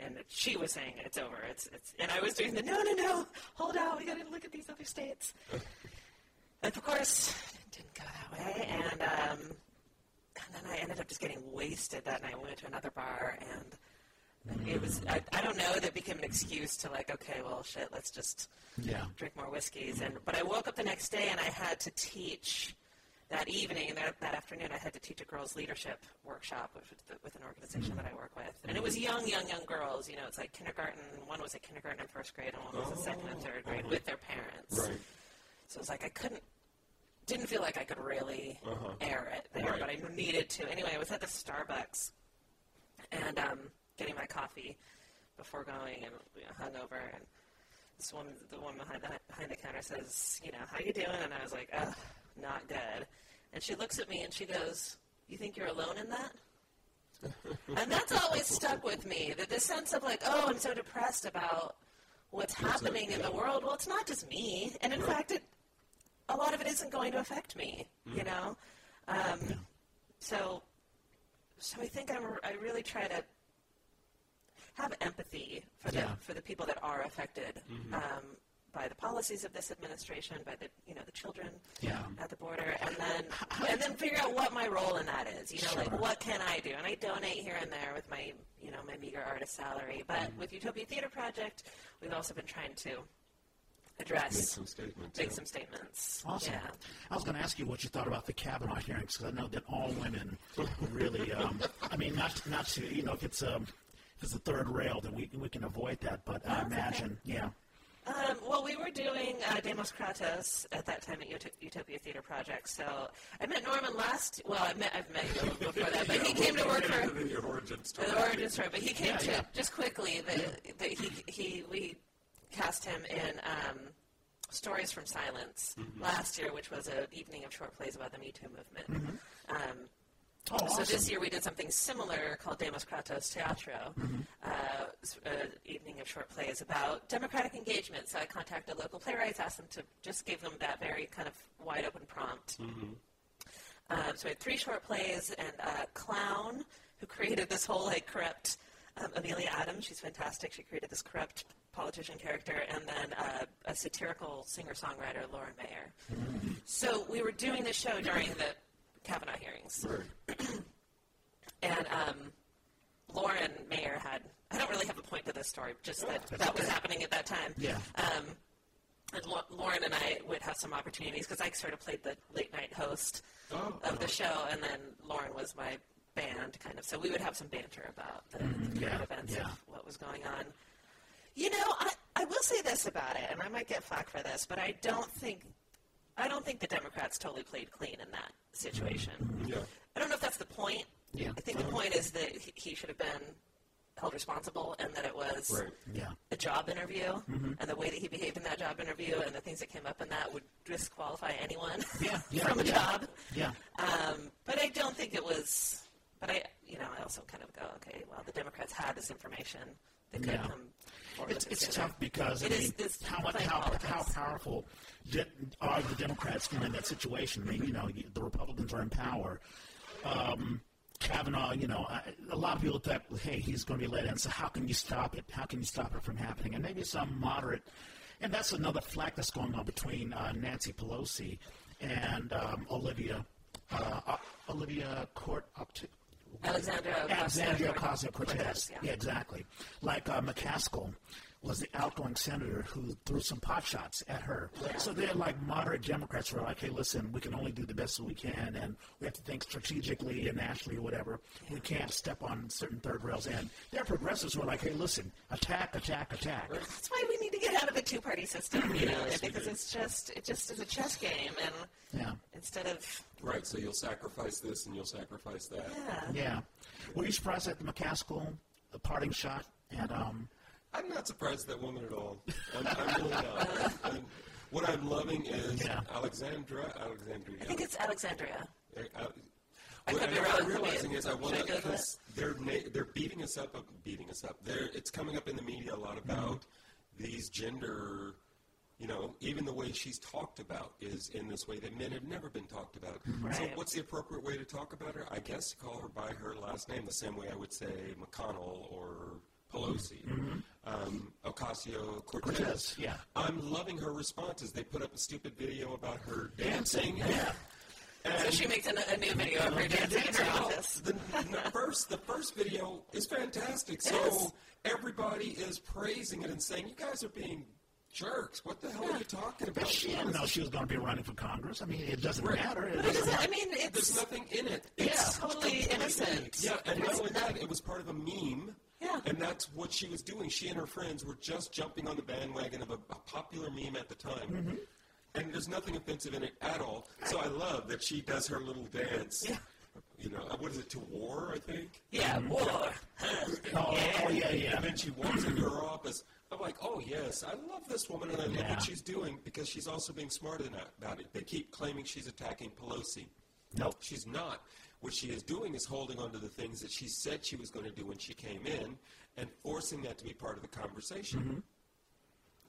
Speaker 2: and she was saying it's over. It's it's and I was doing the no no no hold out. We got to look at these other states. and of course, it didn't go that way. And um, and then I ended up just getting wasted that night. We went to another bar and. It was. I, I don't know. That became an excuse to like, okay, well, shit. Let's just
Speaker 1: Yeah.
Speaker 2: drink more whiskeys. And but I woke up the next day and I had to teach that evening and that, that afternoon. I had to teach a girls' leadership workshop with, with an organization that I work with, and it was young, young, young girls. You know, it's like kindergarten. One was a kindergarten and first grade, and one was a second and third grade with their parents.
Speaker 3: Right.
Speaker 2: So it was like I couldn't, didn't feel like I could really
Speaker 3: Uh-huh.
Speaker 2: air it there,
Speaker 3: Right.
Speaker 2: but I needed to. Anyway, I was at the Starbucks and um, getting my coffee before going and you know, hungover. And this woman, the woman behind the, behind the counter says, you know, how you doing? And I was like, ugh, not good. And she looks at me and she goes, you think you're alone in
Speaker 3: [laughs]
Speaker 2: that? and that's always stuck with me, that this sense of like, oh, I'm so depressed about what's happening in the world. Well, it's not just me. And in fact, it, a lot of it isn't going to affect me,
Speaker 3: Mm.
Speaker 2: you know? Um, So, so I think I'm, I really try to have empathy for the,
Speaker 1: Yeah.
Speaker 2: for the people that are affected
Speaker 3: Mm-hmm.
Speaker 2: um, by the policies of this administration, by the, you know, the children
Speaker 1: Yeah.
Speaker 2: at the border, and then, and then figure out what my role in that is, you know,
Speaker 1: Sure.
Speaker 2: like what can I do? And I donate here and there with my, you know, my meager artist salary. But
Speaker 3: Mm-hmm.
Speaker 2: with Utopia Theater Project, we've also been trying to
Speaker 3: Make
Speaker 2: address
Speaker 3: some statements.
Speaker 2: make
Speaker 3: yeah.
Speaker 2: some statements.
Speaker 1: Awesome.
Speaker 2: Yeah.
Speaker 1: I was going to ask you what you thought about the Kavanaugh hearings because I know that all women really. Um, I mean, not not to you know if it's um, if it's the third rail, then we we can avoid that. But I imagine, yeah,
Speaker 2: Um, well, we were doing uh, Demos Kratos at that time at Uto- Utopia Theater Project. So I met Norman last. Well, I met, I've met him before that, but he came to work for
Speaker 3: The origin story.
Speaker 2: the origin story. But he came
Speaker 1: Yeah,
Speaker 2: to
Speaker 1: yeah.
Speaker 2: just quickly that that he he we cast him in um, Stories from Silence
Speaker 1: Mm-hmm.
Speaker 2: last year, which was an evening of short plays about the Me Too movement. Um,
Speaker 1: Mm-hmm. Oh,
Speaker 2: so
Speaker 1: awesome.
Speaker 2: this year we did something similar called Demos Kratos Teatro,
Speaker 1: Mm-hmm.
Speaker 2: uh, s- uh, evening of short plays about democratic engagement. So I contacted local playwrights, asked them to just give them that very kind of wide open prompt. Um, so we had three short plays and a clown who created this whole like corrupt um, Amelia Adams. She's fantastic. She created this corrupt politician character, and then uh, a satirical singer-songwriter, Lauren Mayer. So we were doing this show during the Kavanaugh hearings,
Speaker 3: Right.
Speaker 2: and um, Lauren Mayer had. I don't really have a point to this story, just that that was happening at that time.
Speaker 1: yeah,
Speaker 2: Um, and Lau- Lauren and I would have some opportunities because I sort of played the late night host
Speaker 3: Oh,
Speaker 2: of the show, and then Lauren was my band kind of. So we would have some banter about the, the
Speaker 1: Mm-hmm. yeah,
Speaker 2: current events
Speaker 1: yeah.
Speaker 2: of what was going on. You know, I, I will say this about it, and I might get flack for this, but I don't think I don't think the Democrats totally played clean in that situation.
Speaker 3: yeah.
Speaker 2: I don't know if that's the point.
Speaker 1: Mm-hmm. Yeah. Uh-huh.
Speaker 2: I think the point is that he, he should have been held responsible, and that it was
Speaker 3: Right.
Speaker 1: yeah,
Speaker 2: a job interview
Speaker 1: Mm-hmm.
Speaker 2: and the way that he behaved in that job interview and the things that came up in that would disqualify anyone
Speaker 1: Yeah, yeah,
Speaker 2: [laughs] from a
Speaker 1: yeah.
Speaker 2: job.
Speaker 1: yeah.
Speaker 2: Um, but I don't think it was. But I, you know, I also kind of go, okay, well, the Democrats had this information. They could
Speaker 1: Yeah.
Speaker 2: have come forward.
Speaker 1: It's,
Speaker 2: with it
Speaker 1: it's
Speaker 2: sooner.
Speaker 1: tough because I
Speaker 2: It is-
Speaker 1: mean,
Speaker 2: it's
Speaker 1: how, much,
Speaker 2: playing
Speaker 1: how, how
Speaker 2: politics.
Speaker 1: powerful did, are the Democrats going in that situation? I mean, you know, you- the Republicans are in power. Um, Kavanaugh, you know, I, a lot of people thought, hey, he's going to be let in, so how can you stop it? How can you stop it from happening? And maybe some moderate, and that's another flack that's going on between uh, Nancy Pelosi and um, Olivia, uh, uh, Olivia Court up to.
Speaker 2: Alexandra
Speaker 1: Alexandria
Speaker 2: Ocasio-Cortez.
Speaker 1: Ocasio Cortez. Yeah, exactly. Like uh, McCaskill was the outgoing senator who threw some pot shots at her. So they're like moderate Democrats who are like, hey, listen, we can only do the best that we can, and we have to think strategically and nationally or whatever. We can't step on certain third rails. And they're progressives who are like, hey, listen, attack, attack, attack.
Speaker 2: That's why we need to get out of the two-party system, you know, because it's just it just is a chess game, and
Speaker 1: Yeah.
Speaker 2: instead of
Speaker 3: Right. So you'll sacrifice this and you'll sacrifice that.
Speaker 2: yeah,
Speaker 1: Yeah. Were you surprised at the McCaskill the parting shot? And um,
Speaker 3: I'm not surprised at that woman at all. I'm, I'm really not. I'm, what I'm loving is
Speaker 1: Yeah.
Speaker 3: Alexandra.
Speaker 2: I
Speaker 3: Alexandria.
Speaker 2: think it's Alexandria.
Speaker 3: I, I, uh, what
Speaker 2: could be
Speaker 3: I'm
Speaker 2: wrong.
Speaker 3: not realizing is I want
Speaker 2: Should I
Speaker 3: to
Speaker 2: go with
Speaker 3: because they're na- they're beating us up, uh, beating us up. They're, it's coming up in the media a lot about these gender. You know, even the way she's talked about is in this way that men have never been talked about. So,
Speaker 2: Right.
Speaker 3: what's the appropriate way to talk about her? I guess to call her by her last name, the same way I would say McConnell or Pelosi, um, Ocasio
Speaker 1: Cortez,
Speaker 3: Cortez.
Speaker 1: yeah.
Speaker 3: I'm loving her responses. They put up a stupid video about her dancing.
Speaker 2: So she makes an, a new video of her dancing in her office.
Speaker 3: The, the first, the first video is fantastic. So everybody is praising it and saying, "You guys are being jerks. What the hell are you talking about?"
Speaker 1: She didn't know she was going to be running for Congress. I mean, it doesn't matter. It
Speaker 2: What
Speaker 1: doesn't-
Speaker 2: is it? I mean,
Speaker 3: There's
Speaker 2: it's
Speaker 3: nothing in it.
Speaker 2: it's totally innocent.
Speaker 3: Yeah, and not only that, it was part of a meme.
Speaker 2: Yeah.
Speaker 3: And that's what she was doing. She and her friends were just jumping on the bandwagon of a, a popular meme at the time.
Speaker 2: Mm-hmm.
Speaker 3: And there's nothing offensive in it at all. So I love that she does her little dance.
Speaker 2: Yeah.
Speaker 3: You know, uh, what is it, to war, I think?
Speaker 2: Yeah, war.
Speaker 1: Oh, oh, yeah, yeah.
Speaker 3: And then she walks into her office. I'm like, oh, yes, I love this woman and I love what she's doing because she's also being smart in that- about it. They keep claiming she's attacking Pelosi.
Speaker 1: Nope.
Speaker 3: She's not. What she is doing is holding on to the things that she said she was going to do when she came in and forcing that to be part of the conversation.
Speaker 1: Mm-hmm.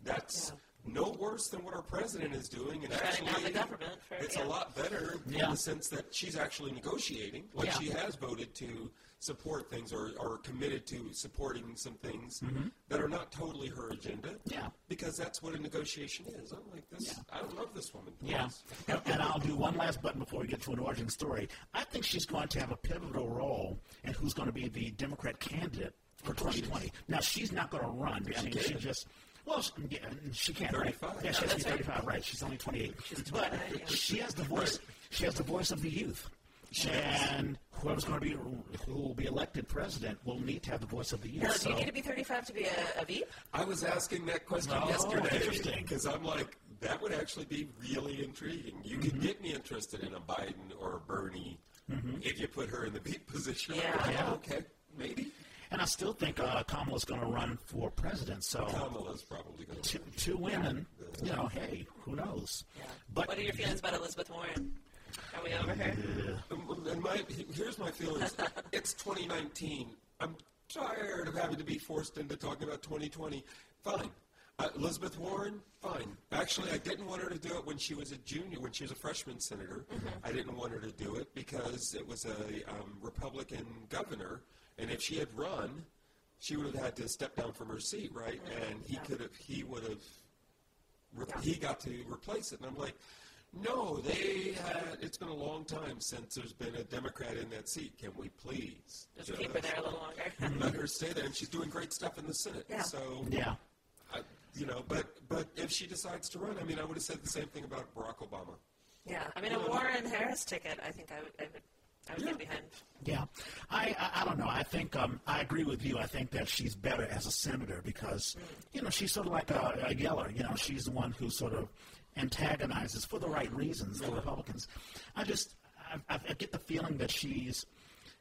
Speaker 3: That's no worse than what our president is doing. And
Speaker 2: Shutting
Speaker 3: actually,
Speaker 2: down the government for-
Speaker 3: it's
Speaker 2: yeah.
Speaker 3: a lot better in
Speaker 1: Yeah.
Speaker 3: the sense that she's actually negotiating. Like
Speaker 2: Yeah.
Speaker 3: she has voted to support things or, or committed to supporting some things that are not totally her agenda.
Speaker 1: Mm-hmm. Yeah.
Speaker 3: Because that's what a negotiation is. I'm like, this, I love this woman.
Speaker 1: Yeah.
Speaker 3: Yes.
Speaker 1: And, and I'll do one last button before we get to an origin story. I think she's going to have a pivotal role in who's going to be the Democrat candidate for 2020. Now, she's not going to run. I mean, she just. Well, she, yeah, she can't. right?
Speaker 3: 35.
Speaker 1: Yeah, she has to be
Speaker 2: That's right.
Speaker 1: 35, right? She's only 28. but she has the voice. She has the voice of the youth. And whoever's going to be who will be elected president will need to have the voice of the youth.
Speaker 2: Now, do
Speaker 1: so
Speaker 2: you need to be 35 to be a, a veep?
Speaker 3: I was asking that question
Speaker 1: Oh,
Speaker 3: yesterday
Speaker 1: interesting.
Speaker 3: because I'm like, that would actually be really intriguing. You could
Speaker 1: Mm-hmm.
Speaker 3: get me interested in a Biden or a Bernie if you put her in the [laughs] beat position. I'm
Speaker 2: Yeah.
Speaker 3: like,
Speaker 1: Yeah.
Speaker 3: Okay, maybe
Speaker 1: and I still think uh, Kamala's going to run for president. So
Speaker 3: Kamala's probably going
Speaker 1: two,
Speaker 3: to.
Speaker 1: two women, you know, hey, who knows? But
Speaker 2: What are your feelings about Elizabeth Warren? Are we over her?
Speaker 3: And my here's my feelings. it's 2019. I'm tired of having to be forced into talking about 2020. Fine. Uh, Elizabeth Warren, fine. Actually, I didn't want her to do it when she was a junior, when she was a freshman senator. I didn't want her to do it because it was a um, Republican governor, and if she had run, she would have had to step down from her seat, right? And he could have, he would have re- he got to replace it. And I'm like, no, they had, it's been a long time since there's been a Democrat in that seat. Can we please
Speaker 2: Just keep her there a little longer.
Speaker 3: let her stay there? And she's doing great stuff in the Senate.
Speaker 2: Yeah.
Speaker 3: So,
Speaker 1: yeah.
Speaker 3: I, you know, but, but if she decides to run, I mean, I would have said the same thing about Barack Obama.
Speaker 2: [laughs] Yeah, I mean, a Warren Harris ticket, I think I would, I would, I would get behind.
Speaker 1: Yeah, I, I I don't know. I think um, I agree with you. I think that she's better as a senator because
Speaker 2: Mm.
Speaker 1: you know she's sort of like a, a Yeller. You know, she's the one who sort of antagonizes for the right reasons the Republicans. I just I, I I get the feeling that she's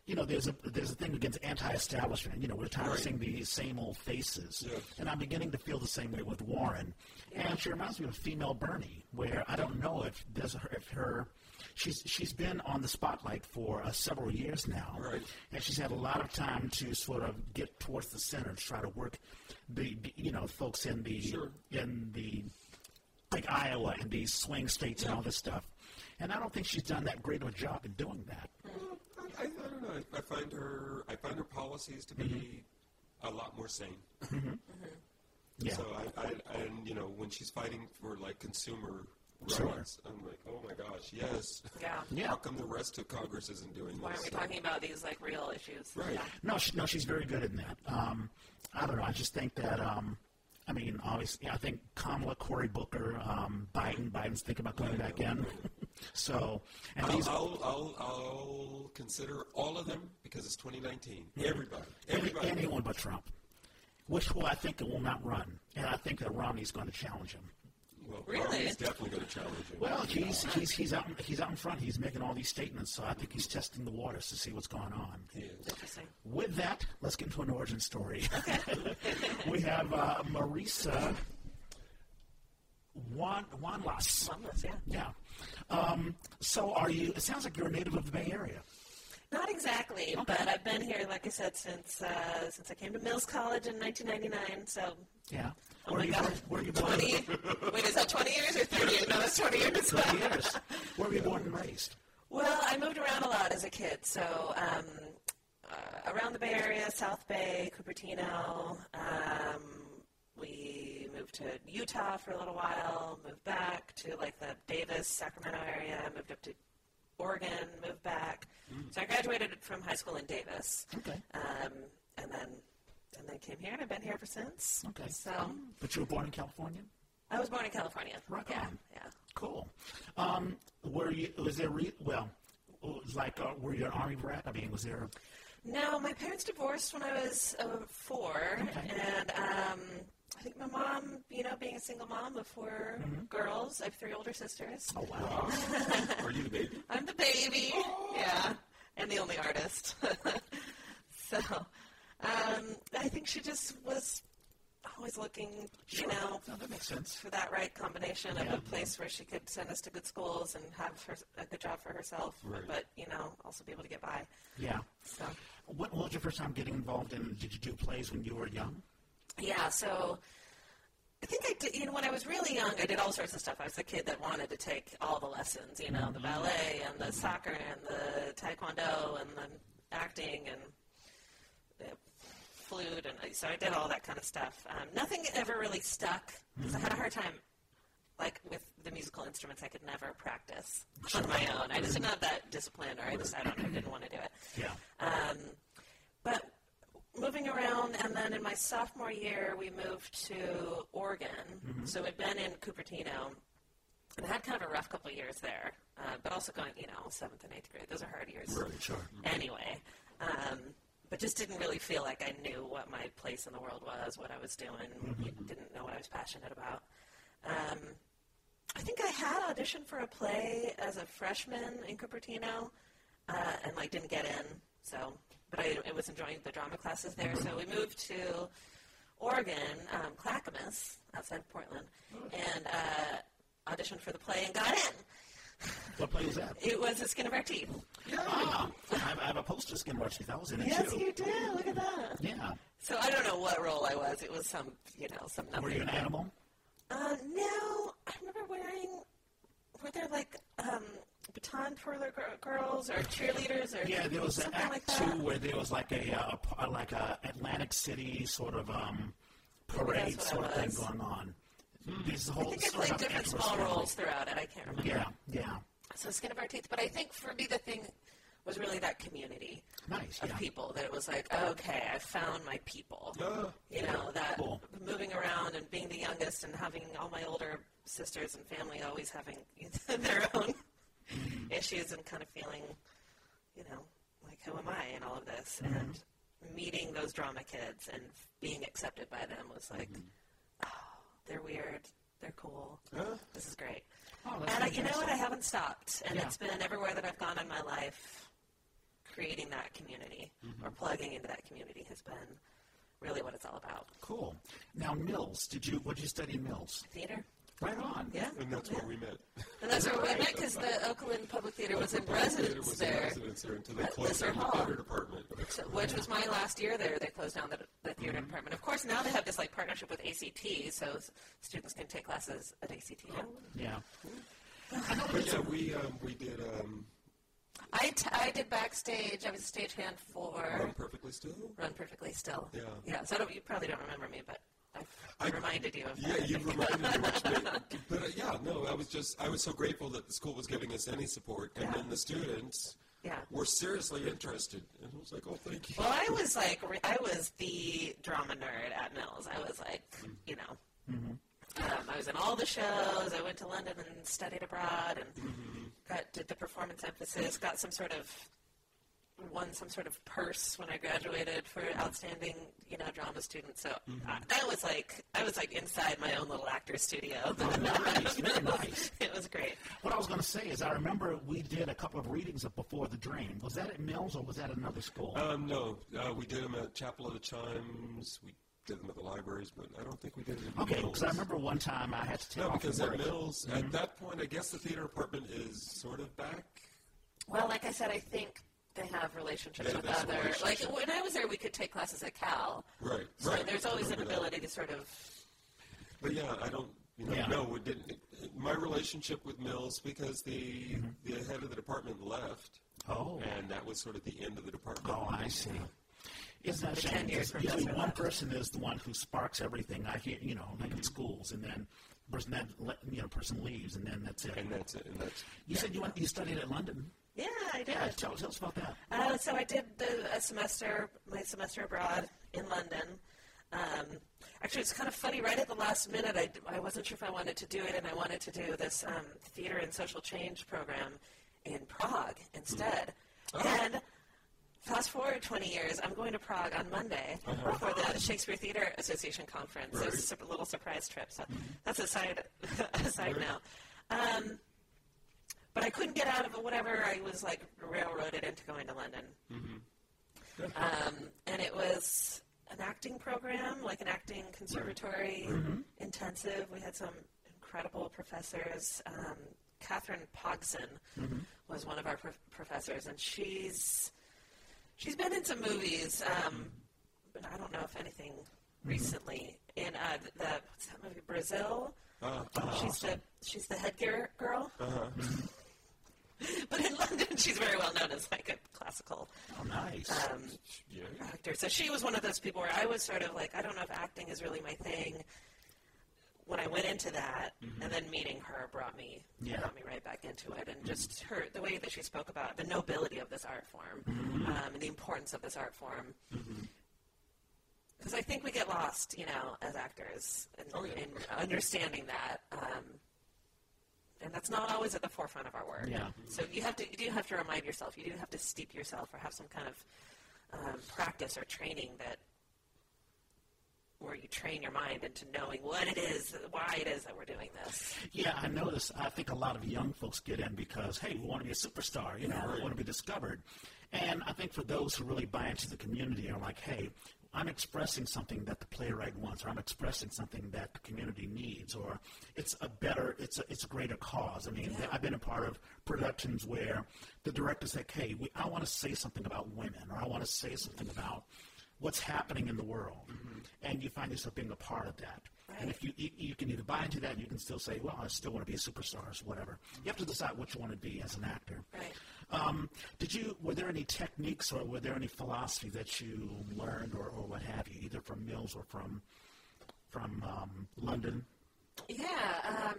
Speaker 1: you know there's a there's a thing against anti-establishment. You know, we're tired of seeing the same old faces, and I'm beginning to feel the same way with Warren. And she reminds me of female Bernie, where I don't know if there's her, if her she's she's been on the spotlight for uh, several years now,
Speaker 3: Right.
Speaker 1: and she's had a lot of time to sort of get towards the center, to try to work the, the you know folks in the
Speaker 3: Sure.
Speaker 1: in the like Iowa and these swing states and all this stuff. And I don't think she's done that great of a job in doing that.
Speaker 3: I, I, I don't know. I, I find her, I find her policies to be a lot more sane.
Speaker 1: Mm-hmm. Yeah.
Speaker 3: So I, I and you know when she's fighting for like consumer
Speaker 1: Sure.
Speaker 3: rights, I'm like, oh my gosh, yes.
Speaker 2: Yeah.
Speaker 1: Yeah.
Speaker 3: How come the rest of Congress isn't doing
Speaker 2: Why aren't
Speaker 3: this?
Speaker 2: we talking about these like real issues?
Speaker 3: Right.
Speaker 2: Yeah.
Speaker 1: No, she, no, she's very good in that. Um, I don't know. I just think that. Um, I mean, obviously, I think Kamala, Cory Booker, um, Biden. Biden's thinking about coming back in. [laughs] so, and
Speaker 3: I'll,
Speaker 1: these,
Speaker 3: I'll, I'll, I'll consider all of them because it's 2019. Everybody,
Speaker 1: any,
Speaker 3: everybody.
Speaker 1: anyone but Trump, which will I think will not run, and I think that Romney's going to challenge him.
Speaker 3: Well,
Speaker 2: Really?
Speaker 3: Romney's definitely going to challenge you.
Speaker 1: Well, he's he's he's out he's out in front. He's making all these statements, so I think he's testing the waters to see what's going on.
Speaker 3: He is.
Speaker 2: Interesting.
Speaker 1: With that, let's get into an origin story. [laughs] we have uh, Marisa Juan Juanlas.
Speaker 2: Lumless, yeah.
Speaker 1: Yeah. Um, so are you? It sounds like you're a native of the Bay Area.
Speaker 2: Not exactly, but I've been here, like I said, since uh, since I came to Mills College in 1999. So.
Speaker 1: Yeah.
Speaker 2: Oh
Speaker 1: where
Speaker 2: my
Speaker 1: are you
Speaker 2: God.
Speaker 1: born? Where are you born?
Speaker 2: 20. Wait, is that 20 years or 30 years? No, that's 20 years.
Speaker 1: Thirty years. Where were you born and raised?
Speaker 2: Well, I moved around a lot as a kid, so um, uh, around the Bay Area, South Bay, Cupertino. Um, we moved to Utah for a little while, moved back to like the Davis, Sacramento area, moved up to Oregon, moved back. So I graduated from high school in Davis,
Speaker 1: Mm. Okay.
Speaker 2: um, and then and then came here, and I've been here ever since.
Speaker 1: Okay.
Speaker 2: So
Speaker 1: But you were born in California?
Speaker 2: I was born in California.
Speaker 1: Right
Speaker 2: yeah,
Speaker 1: on.
Speaker 2: yeah.
Speaker 1: Cool. Um, were you, was there, re- well, like, uh, were you an Army brat? I mean, was there,
Speaker 2: No, my parents divorced when I was uh, four,
Speaker 1: Okay.
Speaker 2: and um, I think my mom, you know, being a single mom of 4 girls, I have three older sisters.
Speaker 1: Mm-hmm. oh, wow.
Speaker 2: [laughs]
Speaker 3: Are you the baby?
Speaker 2: I'm the baby,
Speaker 1: Oh.
Speaker 2: yeah, and the only artist. [laughs] so, um, I think she just was always looking, you know,
Speaker 1: No, that makes sense.
Speaker 2: for that right combination of
Speaker 1: Yeah.
Speaker 2: a place where she could send us to good schools and have her, a good job for herself,
Speaker 3: Right.
Speaker 2: but you know, also be able to get by.
Speaker 1: Yeah.
Speaker 2: So.
Speaker 1: What, what was your first time getting involved in? Did you do plays when you were young?
Speaker 2: Yeah, so I think I did, you know, when I was really young, I did all sorts of stuff. I was the kid that wanted to take all the lessons, you know, the ballet and the soccer and the taekwondo and the acting and the flute. And I- so I did all that kind of stuff. Um, nothing ever really stuck because I had a hard time. Like with the musical instruments, I could never practice on my own. I just didn't have that discipline, or I just I don't know, I didn't want to do it.
Speaker 1: Yeah.
Speaker 2: Um, but moving around, and then in my sophomore year, we moved to Oregon. So we'd been in Cupertino, and I had kind of a rough couple of years there. Uh, but also going, you know, seventh and eighth grade; those are hard years
Speaker 1: sure.
Speaker 2: anyway. Um, but just didn't really feel like I knew what my place in the world was, what I was doing, didn't know what I was passionate about. Um, I think I had auditioned for a play as a freshman in Cupertino, uh, and like didn't get in. So, but I, I was enjoying the drama classes there. So we moved to Oregon, um, Clackamas, outside Portland, and uh, auditioned for the play and got in.
Speaker 1: What play was that?
Speaker 2: It was The Skin of Our Teeth.
Speaker 1: Ah, I have, I have a poster skin watch. That was in it too.
Speaker 2: did. Look at that.
Speaker 1: Yeah.
Speaker 2: So I don't know what role I was. It was some, you know, some nothing.
Speaker 1: Were you an animal?
Speaker 2: Uh, no, I remember wearing. Were there like um, baton twirler gir- girls or cheerleaders or
Speaker 1: Yeah, there was an
Speaker 2: something
Speaker 1: act
Speaker 2: like
Speaker 1: two
Speaker 2: that?
Speaker 1: where there was like a, uh, a pa- like a Atlantic City sort of um,
Speaker 2: Maybe
Speaker 1: parade
Speaker 2: that's
Speaker 1: sort of
Speaker 2: what it
Speaker 1: thing
Speaker 2: was. Hmm.
Speaker 1: going on. This
Speaker 2: I
Speaker 1: whole
Speaker 2: think I
Speaker 1: sort
Speaker 2: played
Speaker 1: of
Speaker 2: different
Speaker 1: interest
Speaker 2: small
Speaker 1: in-
Speaker 2: roles throughout it. I can't remember.
Speaker 1: Yeah, yeah,
Speaker 2: So skin of our teeth, but I think for me the thing was really that community
Speaker 1: nice.
Speaker 2: of
Speaker 1: Yeah.
Speaker 2: people that it was like, okay, I found my people.
Speaker 3: Uh,
Speaker 2: you know that
Speaker 1: Cool.
Speaker 2: moving around and being the youngest and having all my older sisters and family always having [laughs] their own issues and kind of feeling you know like who am i in all of this and meeting those drama kids and being accepted by them was like oh they're weird they're cool
Speaker 3: uh,
Speaker 2: this is great
Speaker 1: Oh, that's
Speaker 2: and I, you know
Speaker 1: fantastic.
Speaker 2: what i haven't stopped and
Speaker 1: Yeah.
Speaker 2: it's been everywhere that i've gone in my life creating that community
Speaker 1: Mm-hmm.
Speaker 2: or plugging into that community has been really what it's all about
Speaker 1: Cool. Now Mills, did you what did you study in Mills?
Speaker 2: theater.
Speaker 1: Right on.
Speaker 2: Yeah.
Speaker 3: and that's where we met.
Speaker 2: And that's where we met because the Oakland Public Theater was in
Speaker 3: Theater
Speaker 2: residence
Speaker 3: was in
Speaker 2: there,
Speaker 3: residence there until they
Speaker 2: At
Speaker 3: closed
Speaker 2: Lister
Speaker 3: down the
Speaker 2: Hall.
Speaker 3: theater department.
Speaker 2: so, which was my last year there. They closed down the, the theater
Speaker 3: Mm-hmm.
Speaker 2: department. Of course, now they have this like partnership with ACT, so s- students can take classes at ACT.
Speaker 3: Oh.
Speaker 2: now.
Speaker 1: Yeah.
Speaker 3: But yeah, we um, we did um,
Speaker 2: I, t- I did backstage. I was a stagehand for
Speaker 3: Run Perfectly Still.
Speaker 2: Run Perfectly Still.
Speaker 3: Yeah.
Speaker 2: Yeah. So I don't, you probably don't remember me, but I,
Speaker 3: I-
Speaker 2: reminded you of
Speaker 3: Yeah,
Speaker 2: that.
Speaker 3: you reminded me much. But, but uh, yeah, no, I was just I was so grateful that the school was giving us any support, and
Speaker 2: Yeah.
Speaker 3: then the students
Speaker 2: Yeah.
Speaker 3: were seriously interested, and I was like, oh, thank you.
Speaker 2: Well, I was like, re- I was the drama nerd at Mills. I was like, you know, um, I was in all the shows. I went to London and studied abroad and got did the performance emphasis. Got some sort of won some sort of purse when I graduated for outstanding, you know, drama student. So I, that was like, I was like inside my own little actor studio.
Speaker 1: Nice,
Speaker 2: [laughs]
Speaker 1: very nice.
Speaker 2: it was great.
Speaker 1: What I was going to say is, I remember we did a couple of readings of Before the Dream. Was that at Mills or was that at another school?
Speaker 3: Um, no, uh, we did them at Chapel of the Chimes. We did them at the libraries, but I don't think we did it at
Speaker 1: okay,
Speaker 3: Mills.
Speaker 1: because I remember one time I had to take
Speaker 3: no,
Speaker 1: off
Speaker 3: because
Speaker 1: from
Speaker 3: at
Speaker 1: work.
Speaker 3: Mills,
Speaker 1: Mm-hmm.
Speaker 3: at that point, I guess the theater department is sort of back.
Speaker 2: Well, like I said, I think they have relationships
Speaker 3: Yeah,
Speaker 2: with
Speaker 3: that's a
Speaker 2: other.
Speaker 3: relationship.
Speaker 2: Like when I was there, we could take classes at Cal.
Speaker 3: Right,
Speaker 2: So
Speaker 3: right.
Speaker 2: there's always an
Speaker 3: Remember that.
Speaker 2: ability to sort of.
Speaker 3: But yeah, I don't. You know,
Speaker 1: Yeah.
Speaker 3: No, it didn't. My relationship with Mills because the the head of the department left,
Speaker 1: Oh,
Speaker 3: and that was sort of the end of the department.
Speaker 1: Oh, I see. Isn't that a
Speaker 2: The
Speaker 1: shame?
Speaker 2: 10 years
Speaker 1: Because Usually
Speaker 2: professor.
Speaker 1: one person is the one who sparks everything. I hear, you know, like in schools, and then the person that le- you know person leaves, and then that's it.
Speaker 3: And that's it. And that's
Speaker 1: you said you went, you studied at London.
Speaker 2: Yeah, I did.
Speaker 1: Yeah, tell, tell us about that.
Speaker 2: Uh, so I did the, a semester, my semester abroad in London. Um, actually, it's kind of funny. Right at the last minute, I, d- I wasn't sure if I wanted to do it, and I wanted to do this um, theater and social change program in Prague instead. And fast forward 20 years, I'm going to Prague on Monday for the Shakespeare Theater Association conference. So it's a sup- little surprise trip. So that's a side, [laughs] a side note. Um, but I couldn't get out of whatever I was like railroaded into going to London. Um, and it was an acting program, like an acting conservatory
Speaker 3: Mm-hmm.
Speaker 2: intensive. We had some incredible professors. Um, Catherine Pogson
Speaker 3: Mm-hmm.
Speaker 2: was one of our pro- professors, and she's she's been in some movies, um, but I don't know if anything
Speaker 3: Mm-hmm.
Speaker 2: recently. In uh, th- the what's that movie? Brazil.
Speaker 3: uh,
Speaker 2: She's the she's the headgear girl. [laughs] but in London, she's very well known as like a classical
Speaker 1: Oh, nice.
Speaker 2: um,
Speaker 3: yeah.
Speaker 2: actor. So she was one of those people where I was sort of like, I don't know if acting is really my thing. When I went into that, and then meeting her brought me
Speaker 1: Yeah.
Speaker 2: brought me right back into it, and just her the way that she spoke about the nobility of this art form um, and the importance of this art form. Because I think we get lost, you know, as actors, in,
Speaker 3: Oh, yeah.
Speaker 2: in understanding that, um, and that's not always at the forefront of our work.
Speaker 1: Yeah.
Speaker 2: So you have to you do have to remind yourself, you do have to steep yourself, or have some kind of um, practice or training that where you train your mind into knowing what it is, why it is that we're doing this.
Speaker 1: Yeah, I notice. I think a lot of young folks get in because, hey, we want to be a superstar, you know, we want to be discovered. And I think for those who really buy into the community are like, hey, I'm expressing something that the playwright wants, or I'm expressing something that the community needs, or it's a better, it's a, it's a greater cause. I mean, I've been a part of productions where the director's like, hey, we, I want to say something about women, or I want to say something about what's happening in the world. And you find yourself being a part of that. And if you, you you can either buy into that, you can still say, well, I still want to be a superstar or whatever. You have to decide what you want to be as an actor.
Speaker 2: Right.
Speaker 1: Um, did you were there any techniques or were there any philosophy that you learned or, or what have you, either from Mills or from from um, London?
Speaker 2: Yeah. Um,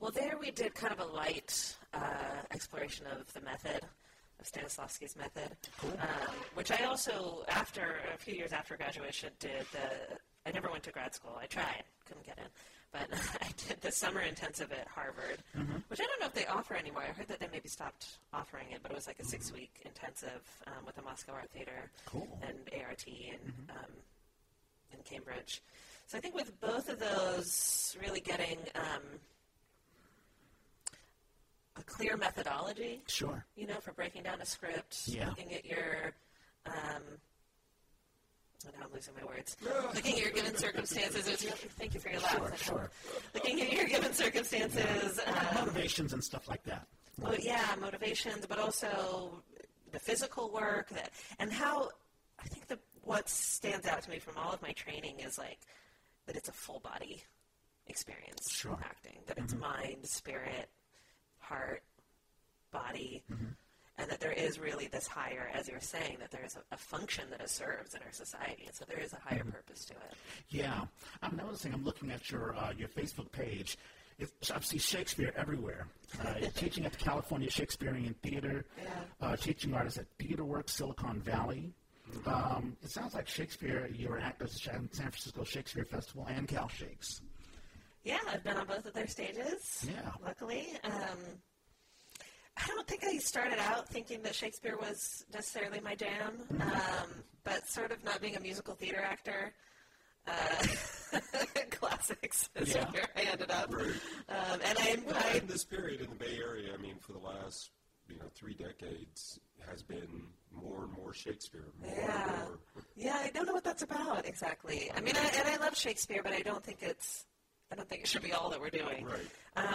Speaker 2: well, there we did kind of a light uh, exploration of the method, of Stanislavski's method, um, which I also, after a few years after graduation, did the. I never went to grad school. I tried, couldn't get in, but [laughs] I did the summer intensive at Harvard, which I don't know if they offer anymore. I heard that they maybe stopped offering it, but it was like a six-week intensive um, with the Moscow Art Theater
Speaker 1: Cool.
Speaker 2: and ART and um, in Cambridge. So I think with both of those, really getting um, a clear methodology,
Speaker 1: Sure.
Speaker 2: you know, for breaking down a script,
Speaker 1: Yeah.
Speaker 2: looking at your. Um, oh, now I'm losing my words. Looking at your given circumstances. It's, thank you for your laugh.
Speaker 1: Sure, sure.
Speaker 2: Looking at your given circumstances. Um,
Speaker 1: Motivations and stuff like that.
Speaker 2: well, yeah, motivations, but also the physical work that, and how I think the what stands out to me from all of my training is like that it's a full body experience
Speaker 1: Sure.
Speaker 2: acting that it's mind, spirit, heart, body. And that there is really this higher, as you were saying, that there is a, a function that it serves in our society, and so there is a higher purpose to it.
Speaker 1: Yeah, I'm noticing. I'm looking at your uh, your Facebook page. It's, I see Shakespeare everywhere. [laughs] Uh, you're teaching at the California Shakespearean Theater. Uh, teaching artists at TheaterWorks Silicon Valley. Um, it sounds like Shakespeare. You're an actor at the San Francisco Shakespeare Festival and Cal Shakes.
Speaker 2: Yeah, I've been on both of their stages.
Speaker 1: Yeah.
Speaker 2: Luckily. Um, I don't think I started out thinking that Shakespeare was necessarily my jam, um, but sort of not being a musical theater actor, uh, [laughs] classics is
Speaker 1: Yeah.
Speaker 2: where I ended up.
Speaker 3: Right.
Speaker 2: Um, and I,
Speaker 3: Well,
Speaker 2: I
Speaker 3: and this period in the Bay Area, I mean, for the last you know three decades, has been more and more Shakespeare, more and
Speaker 2: Yeah.
Speaker 3: more.
Speaker 2: Yeah, I don't know what that's about exactly. I mean, I, and I love Shakespeare, but I don't think it's, I don't think it should be all that we're doing.
Speaker 3: Right.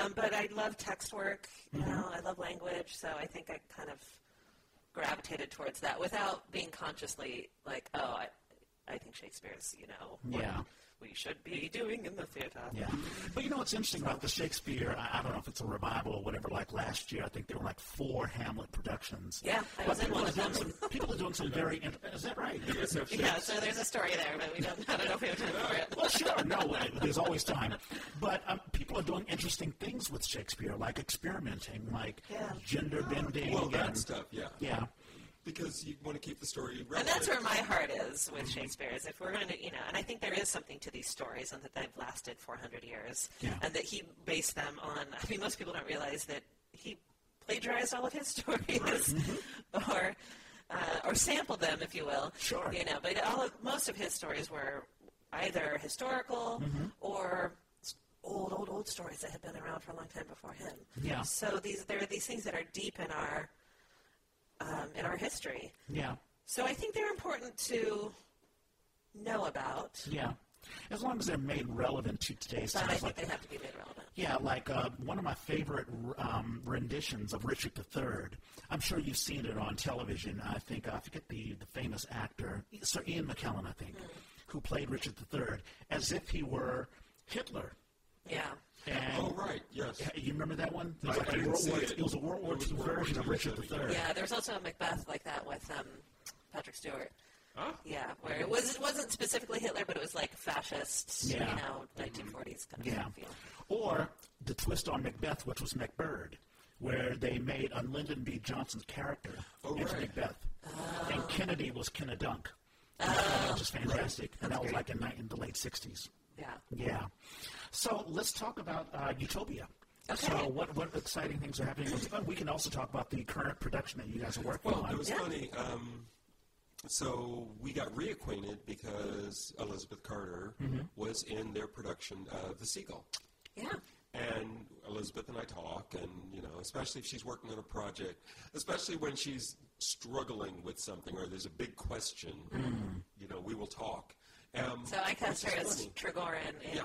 Speaker 2: Um, but I love text work. You know, I love language, so I think I kind of gravitated towards that without being consciously like, oh, I, I think Shakespeare's, you know,
Speaker 1: Yeah.
Speaker 2: we should be doing in the theater.
Speaker 1: Yeah. But you know what's interesting about the Shakespeare? I, I don't know if it's a revival or whatever. Like last year, I think there were like four Hamlet productions.
Speaker 2: Yeah, I
Speaker 1: But
Speaker 2: was in
Speaker 1: people
Speaker 2: one
Speaker 1: are
Speaker 2: of
Speaker 1: doing
Speaker 2: them.
Speaker 1: some, people are doing some very. int- Is that right?
Speaker 3: So
Speaker 2: Yeah, so there's a story there, but we don't, I don't know if we have time for it.
Speaker 1: Well, sure, no, way. there's always time. But um, people are doing interesting things with Shakespeare, like experimenting, like
Speaker 2: Yeah.
Speaker 1: gender bending.
Speaker 3: well, uh,
Speaker 1: and,
Speaker 3: that stuff, yeah.
Speaker 1: Yeah.
Speaker 3: Because you want to keep the story relevant.
Speaker 2: And that's where my heart is with
Speaker 1: Mm-hmm.
Speaker 2: Shakespeare. Is if we're going to, you know, and I think there is something to these stories, and that they've lasted 400 years,
Speaker 1: Yeah.
Speaker 2: and that he based them on. I mean, most people don't realize that he plagiarized all of his [laughs] stories, or uh, or sampled them, if you will.
Speaker 1: Mm-hmm. Sure.
Speaker 2: You know, but all of, most of his stories were either historical
Speaker 1: Mm-hmm.
Speaker 2: or s- old, old, old stories that had been around for a long time before him.
Speaker 1: Yeah.
Speaker 2: So these there are these things that are deep in our um, in our history.
Speaker 1: Yeah.
Speaker 2: So I think they're important to know about,
Speaker 1: Yeah. As long as they're made relevant to today's
Speaker 2: but I
Speaker 1: times,
Speaker 2: think
Speaker 1: like
Speaker 2: they have to be made relevant.
Speaker 1: Yeah, like uh, one of my favorite um, renditions of Richard III. I'm sure you've seen it on television. I think I forget the, the famous actor, Sir Ian McKellen, I think, who played Richard III as if he were Hitler.
Speaker 2: Yeah.
Speaker 1: And
Speaker 3: Oh, right, yes.
Speaker 1: Yeah, you remember that one? It
Speaker 3: I-
Speaker 1: was, like
Speaker 3: I
Speaker 1: a
Speaker 3: didn't
Speaker 1: World
Speaker 3: see
Speaker 1: War,
Speaker 3: it.
Speaker 1: it was a World War
Speaker 3: It was
Speaker 1: II
Speaker 3: World War
Speaker 1: version of
Speaker 3: II,
Speaker 1: Richard
Speaker 3: I think.
Speaker 1: III.
Speaker 2: Yeah, there was also a Macbeth like that with um, Patrick Stewart.
Speaker 3: Huh?
Speaker 2: Yeah, where it was it wasn't specifically Hitler, but it was like fascist,
Speaker 1: Yeah.
Speaker 2: you know, 1940s kind of
Speaker 1: Yeah.
Speaker 2: feel.
Speaker 1: Or the twist on Macbeth, which was Macbird, where they made a Lyndon B. Johnson's character
Speaker 3: Oh,
Speaker 1: into
Speaker 3: right. Ah.
Speaker 1: Macbeth. And Kennedy was Kennedunk. Dunk, Which is fantastic. And that was like in, in the late 60s.
Speaker 2: Yeah.
Speaker 1: Yeah. So let's talk about uh, Utopia.
Speaker 2: Okay.
Speaker 1: So what, what exciting things are happening? But we can also talk about the current production that you guys are working
Speaker 3: Well,
Speaker 1: on.
Speaker 3: it was
Speaker 2: Yeah.
Speaker 3: funny. Um, so we got reacquainted because Elizabeth Carter
Speaker 2: Mm-hmm.
Speaker 3: was in their production of The Seagull.
Speaker 2: Yeah.
Speaker 3: And Elizabeth and I talk, and you know, especially if she's working on a project, especially when she's struggling with something or there's a big question, you know, we will talk. Um,
Speaker 2: Mm. So I cast
Speaker 3: which
Speaker 2: her
Speaker 3: is
Speaker 2: as
Speaker 3: funny.
Speaker 2: Trigorin in
Speaker 3: Yeah.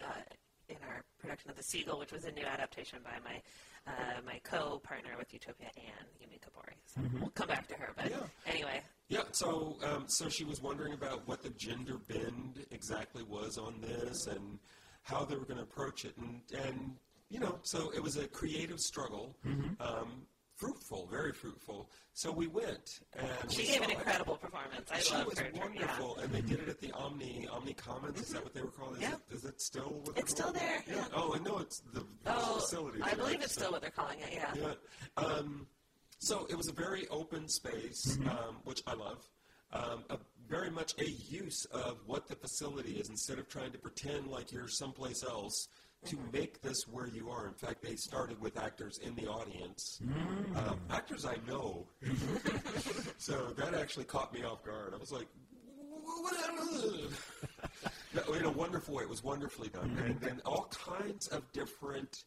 Speaker 2: uh, in our production of The Seagull, which was a new adaptation by my uh, my co-partner with Utopia, Anne Yumi Kabori. So we'll come back to her, but
Speaker 3: Mm-hmm. Yeah.
Speaker 2: anyway,
Speaker 3: Yeah, so um, so she was wondering about what the gender bend exactly was on this and how they were going to approach it, and and you know, so it was a creative struggle, um, fruitful, very fruitful. So we went, and
Speaker 2: She
Speaker 3: we
Speaker 2: gave
Speaker 3: saw
Speaker 2: an
Speaker 3: it.
Speaker 2: incredible performance. I
Speaker 3: She
Speaker 2: love
Speaker 3: was
Speaker 2: her. Yeah. Mm-hmm.
Speaker 3: wonderful, and they did it at the Omni Omni Commons. Is that what they were calling? it? Is
Speaker 2: Yeah.
Speaker 3: it, is it still? What they're
Speaker 2: It's still
Speaker 3: calling it?
Speaker 2: there, yeah.
Speaker 3: Oh, I know it's the, the
Speaker 2: Oh,
Speaker 3: facility.
Speaker 2: I
Speaker 3: there,
Speaker 2: believe it's
Speaker 3: so-
Speaker 2: still what they're calling it. Yeah.
Speaker 3: yeah. Um, so it was a very open space, um, which I love. Um, a, very much a use of what the facility is instead of trying to pretend like you're someplace else to make this where you are. In fact, they started with actors in the audience, um, actors I know. [laughs] so that actually caught me off guard. I was like, [laughs] no, in a wonderful way. It was wonderfully done. And then all kinds of different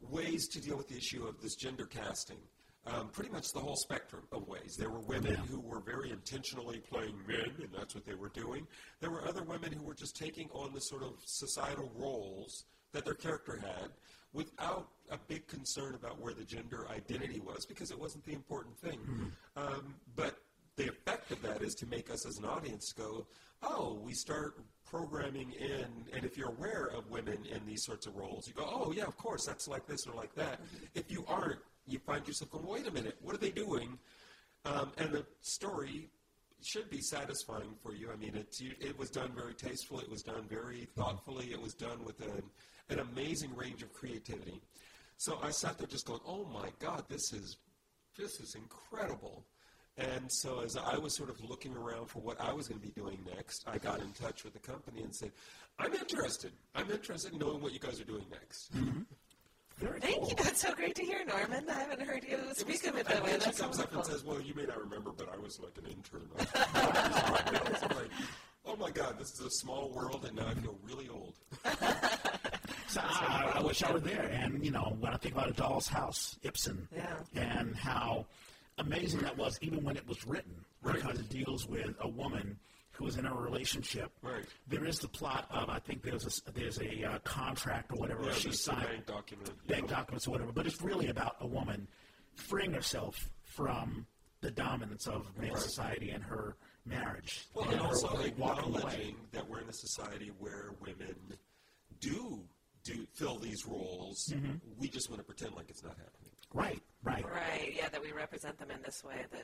Speaker 3: ways to deal with the issue of this gender casting. Um, pretty much the whole spectrum of ways. There were women who were very intentionally playing men, and that's what they were doing. There were other women who were just taking on the sort of societal roles that their character had without a big concern about where the gender identity was because it wasn't the important thing. Um, but the effect of that is to make us as an audience go, oh, we start programming in, and if you're aware of women in these sorts of roles, you go, oh, yeah, of course, that's like this or like that. If you aren't, you find yourself going, wait a minute, what are they doing? Um, and the story should be satisfying for you. I mean, it's, you, it was done very tastefully, it was done very thoughtfully, it was done with an, an amazing range of creativity. So I sat there just going, oh my God, this is this is incredible. And so as I was sort of looking around for what I was going to be doing next, I got in touch with the company and said, I'm interested. I'm interested in knowing what you guys are doing next.
Speaker 1: Very
Speaker 2: Thank
Speaker 1: cool.
Speaker 2: you. That's so great to hear, Norman. I haven't heard you speak of it
Speaker 3: And
Speaker 2: that way.
Speaker 3: then she
Speaker 2: That's
Speaker 3: comes up
Speaker 2: wonderful.
Speaker 3: and says, well, you may not remember, but I was like
Speaker 2: [laughs]
Speaker 3: an intern. I was like, oh my God, this is a small world, and now I feel really old.
Speaker 1: So I, I wish I were there. And you know, when I think about A Doll's House, Ibsen,
Speaker 2: Yeah.
Speaker 1: and how amazing that was, even when it was written,
Speaker 3: Right.
Speaker 1: because it deals with a woman who is in a relationship.
Speaker 3: Right.
Speaker 1: There is the plot of I think there's a s- there's a uh, contract or whatever
Speaker 3: Yeah,
Speaker 1: she
Speaker 3: this
Speaker 1: signed,
Speaker 3: bank document. you
Speaker 1: bank
Speaker 3: know.
Speaker 1: documents or whatever. But it's really about a woman freeing herself from the dominance of male
Speaker 3: Right.
Speaker 1: society and her marriage.
Speaker 3: Well, and
Speaker 1: her
Speaker 3: also
Speaker 1: way- walking away.
Speaker 3: acknowledging that we're in a society where women do do fill these roles.
Speaker 2: Mm-hmm.
Speaker 3: We just want to pretend like it's not happening.
Speaker 1: Right, right.
Speaker 2: Right. Yeah, that we represent them in this way that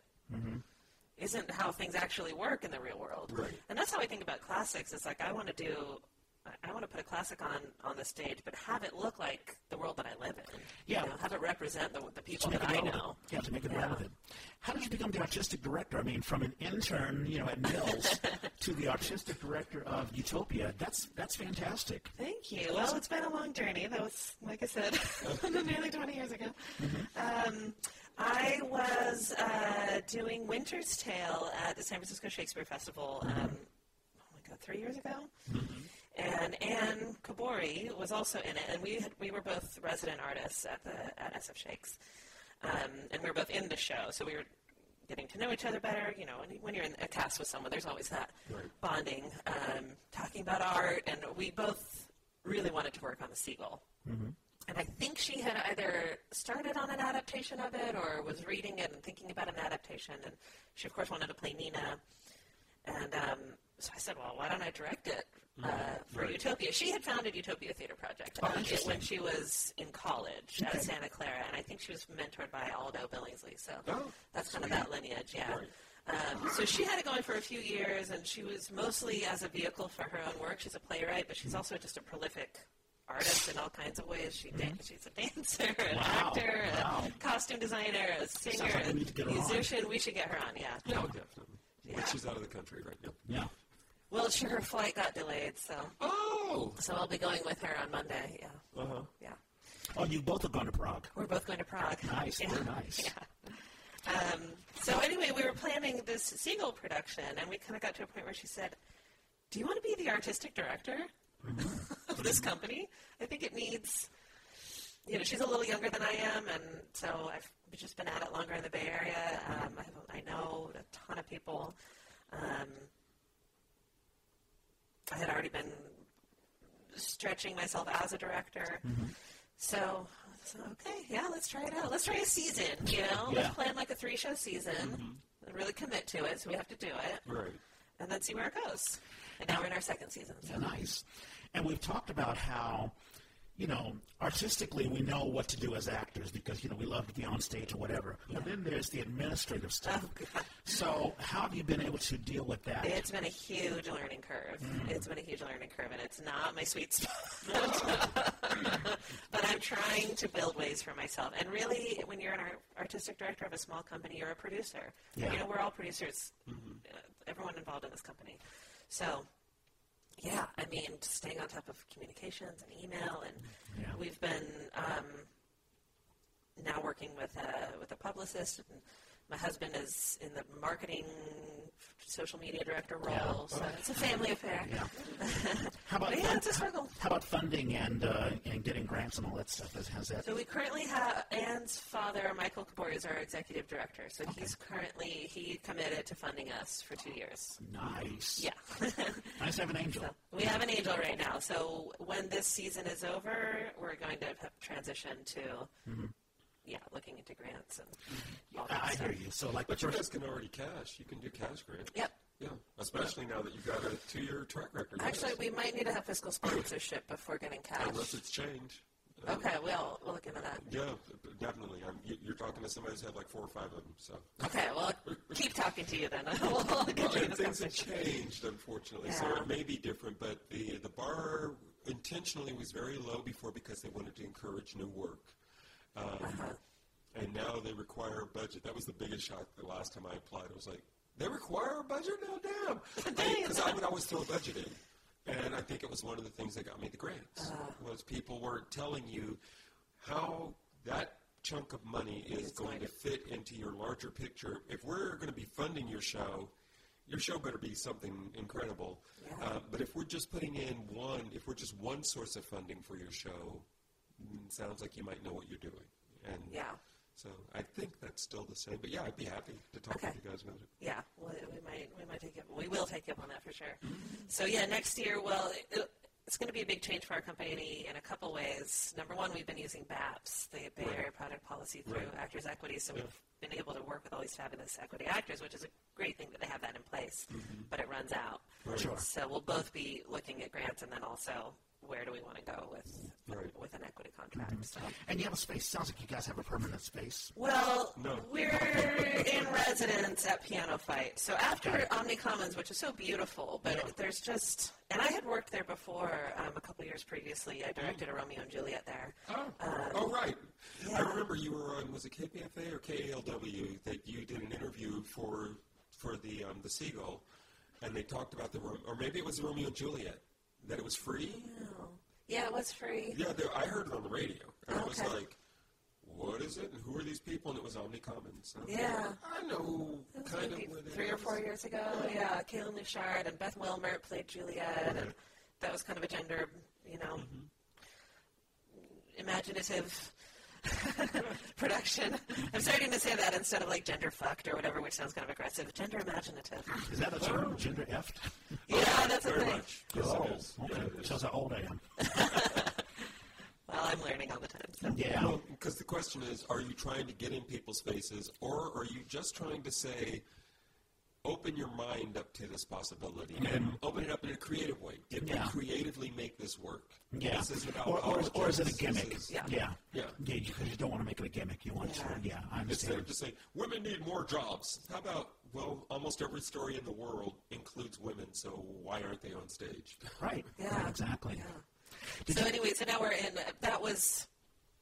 Speaker 2: not how things actually work in the real world.
Speaker 3: Mm-hmm. Right.
Speaker 2: And that's how I think about classics. It's like I want to do, I- I want to put a classic on on the stage, but have it look like the world that I live in.
Speaker 1: Yeah.
Speaker 2: You know, have it represent the, the
Speaker 1: To
Speaker 2: people
Speaker 1: make
Speaker 2: that
Speaker 1: it
Speaker 2: I
Speaker 1: relevant.
Speaker 2: know.
Speaker 1: Yeah, to make it relevant. How did you become the artistic director? I mean, from an intern, you know, at
Speaker 2: [laughs]
Speaker 1: Mills to the artistic director of Utopia. That's that's fantastic.
Speaker 2: Thank you. Well, it's been a long journey. That was, like I said, [laughs] nearly 20 years ago. Um, I was uh, doing Winter's Tale at the San Francisco Shakespeare Festival, um, oh my God, three years ago. And Anne Kabori was also in it, and we had, we were both resident artists at the at SF Shakes, um, and we were both in the show, so we were getting to know each other better. You know, when, when you're in a cast with someone, there's always that bonding, um, talking about art, and we both really wanted to work on the seagull. And I think she had either started on an adaptation of it or was reading it and thinking about an adaptation. And she, of course, wanted to play Nina. And um, so I said, well, why don't I direct it uh, for Utopia? She had founded Utopia Theater Project um,
Speaker 1: Mm-hmm. interesting.
Speaker 2: when she was in college at Santa Clara. And I think she was mentored by Aldo Billingsley. So
Speaker 3: Oh,
Speaker 2: that's kind of that lineage, yeah. Um, so she had it going for a few years, and she was mostly as a vehicle for her own work. She's a playwright, but she's also just a prolific artist in all kinds of ways. She dan- she's a dancer, an actor,
Speaker 1: Mm-hmm. wow.
Speaker 2: a costume designer, a singer,
Speaker 1: like we
Speaker 2: a
Speaker 1: need to get her on.
Speaker 2: musician. We should get her on, yeah.
Speaker 3: No, definitely. But she's out of the country right now.
Speaker 1: Yeah.
Speaker 2: Well, she, her flight got delayed, so
Speaker 3: Oh,
Speaker 2: so I'll be going with her on Monday. Yeah,
Speaker 3: uh-huh.
Speaker 2: yeah.
Speaker 1: Oh, you both have gone to Prague.
Speaker 2: We're both going to Prague.
Speaker 1: Nice,
Speaker 2: Yeah.
Speaker 1: very nice.
Speaker 2: Um, so anyway, we were planning this Siegel production, and we kind of got to a point where she said, "Do you want to be the artistic director of this company? I think it needs." You know, she's a little younger than I am, and so I've just been at it longer in the Bay Area. Um, I, have- I know a ton of people. Um, I had already been stretching myself as a director. So, so, okay, yeah, let's try it out. Let's try a season, you know?
Speaker 1: Yeah.
Speaker 2: Let's plan like a three show season and really commit to it. So we have to do it
Speaker 3: Right.
Speaker 2: and then see where it goes. And now we're in our second season. So.
Speaker 1: Yeah, nice. And we've talked about how, you know, artistically we know what to do as actors because, you know, we love to be on stage or whatever. But then there's the administrative
Speaker 2: Uh-huh. Oh,
Speaker 1: stuff. So how have you been able to deal with that?
Speaker 2: It's been a huge learning curve. It's been a huge learning curve, and it's not my sweet spot. [laughs] but I'm trying to build ways for myself. And really, when you're an art- artistic director of a small company, you're a producer.
Speaker 1: Yeah.
Speaker 2: You know, we're all producers, uh, everyone involved in this company. So, yeah, I mean, staying on top of communications and email, and
Speaker 1: Yeah.
Speaker 2: we've been um, now working with a with a publicist. And my husband is in the marketing, social media director role, so it's a family affair.
Speaker 1: Yeah. How about
Speaker 2: But yeah, it's a struggle.
Speaker 1: how about funding and uh, and getting grants and all that stuff? How's- How's that?
Speaker 2: So we currently have Anne's father, Michael Kabori, is our executive director. So he's currently he committed to funding us for two years.
Speaker 1: Nice.
Speaker 2: Yeah. [laughs]
Speaker 1: Nice to have an angel.
Speaker 2: We have an angel right now, so when this season is over, we're going to have transitioned to, yeah, looking into grants and all that
Speaker 1: I, I
Speaker 2: stuff.
Speaker 1: hear you. So like the
Speaker 3: But you
Speaker 1: first
Speaker 3: guys can already cash. You can do cash grant.
Speaker 2: Yep.
Speaker 3: Yeah. Especially now that you've got a two-year track record.
Speaker 2: Actually, we might need to have fiscal sponsorship before getting
Speaker 1: Oh,
Speaker 3: unless
Speaker 2: cash.
Speaker 3: it's changed. Uh,
Speaker 2: Okay, we'll we'll look into that.
Speaker 3: Yeah, definitely. I'm, you- you're talking to somebody who's had like four or five of them. So
Speaker 2: Okay, well, keep talking to you then. [laughs] we'll get you
Speaker 3: Well,
Speaker 2: in
Speaker 3: and
Speaker 2: the
Speaker 3: things have
Speaker 2: conversation.
Speaker 3: changed, unfortunately. So
Speaker 2: Yeah.
Speaker 3: it may be different, but the the bar intentionally was very low before because they wanted to encourage new work. Um, And now they require a budget. That was the biggest shock the last time I applied. I was like, they require a budget? No, damn. Because I would always throw a budget in. And I think it was one of the things that got me the grants was people weren't telling you how that chunk of money is going to fit into your larger picture. If we're going to be funding your show, your show better be something incredible. Uh, but if we're just putting in one, if we're just one source of funding for your show, mm, sounds like you might know what you're doing. And
Speaker 2: Yeah.
Speaker 3: So I think that's still the same. But yeah, I'd be happy to talk
Speaker 2: Okay.
Speaker 3: with you guys about it.
Speaker 2: Yeah, well, we might we might take it. We will take you up on that for sure. So yeah, next year, well, it, It's going to be a big change for our company in a couple ways. Number one, we've been using BAPS, the Bay
Speaker 3: Right.
Speaker 2: Area Product Policy, through
Speaker 3: Right.
Speaker 2: Actors Equity, so we've been able to work with all these fabulous equity actors, which is a great thing that they have that in place, but it runs out.
Speaker 3: Right. Mm-hmm. Sure.
Speaker 2: So we'll both be looking at grants and then also where do we want to go with
Speaker 3: Right. Mm-hmm.
Speaker 2: with an equity contract. So.
Speaker 1: And you have a space. Sounds like you guys have a permanent space.
Speaker 2: Well,
Speaker 3: No.
Speaker 2: we're in residence at Piano Fight. So after Omni Commons, which is so beautiful, but there's just, and I had worked there before um, a couple years previously. I directed a Romeo and Juliet there.
Speaker 3: Oh, oh right. I remember you were on was it KPFA or KALW that you did an interview for for the um, the Seagull, and they talked about the Ro- or maybe it was Romeo and Juliet that it was free.
Speaker 2: Yeah, it was free.
Speaker 3: Yeah, there, I heard it on the radio, and I was
Speaker 2: Okay.
Speaker 3: like, "What is it? And who are these people?" And it was Omni Commons. And I'm
Speaker 2: Yeah.
Speaker 3: like, I know
Speaker 2: It was
Speaker 3: kind of
Speaker 2: maybe
Speaker 3: what it
Speaker 2: three or
Speaker 3: is."
Speaker 2: four years ago. Yeah, Kaylin Bouchard and Beth Wilmert played Juliet, and
Speaker 3: Okay.
Speaker 2: that was kind of a gender, you know, imaginative [laughs] production. I'm starting to say that instead of like gender fucked or whatever, which sounds kind of aggressive. Gender imaginative.
Speaker 1: Is that a
Speaker 2: Oh.
Speaker 1: term? Gender effed?
Speaker 2: yeah, that's a
Speaker 3: Oh, Very
Speaker 2: thing.
Speaker 3: much. Yes, it is.
Speaker 1: okay.
Speaker 3: Yeah, it is.
Speaker 1: Shows how old I
Speaker 2: [laughs]
Speaker 1: am.
Speaker 2: Well, I'm learning all the time. So.
Speaker 1: Yeah.
Speaker 3: Well, because the question is, are you trying to get in people's faces, or are you just trying to say, open your mind up to this possibility and open it up in a creative way? Did
Speaker 1: Mm-hmm. Yeah.
Speaker 3: we creatively make this work?
Speaker 1: Yeah.
Speaker 3: This is about
Speaker 1: Or, or, or is it a
Speaker 3: politics. This
Speaker 1: gimmick?
Speaker 3: is-
Speaker 2: Yeah.
Speaker 1: Yeah.
Speaker 3: Yeah.
Speaker 1: Yeah, because you don't want to make it a gimmick. You want to, yeah, I
Speaker 3: Instead
Speaker 1: understand.
Speaker 3: of just saying, women need more jobs. How about, well, almost every story in the world includes women, so why aren't they on stage?
Speaker 1: Right.
Speaker 2: Yeah.
Speaker 1: Right, Exactly. Did
Speaker 2: so
Speaker 1: you-
Speaker 2: anyway, so now we're in. That was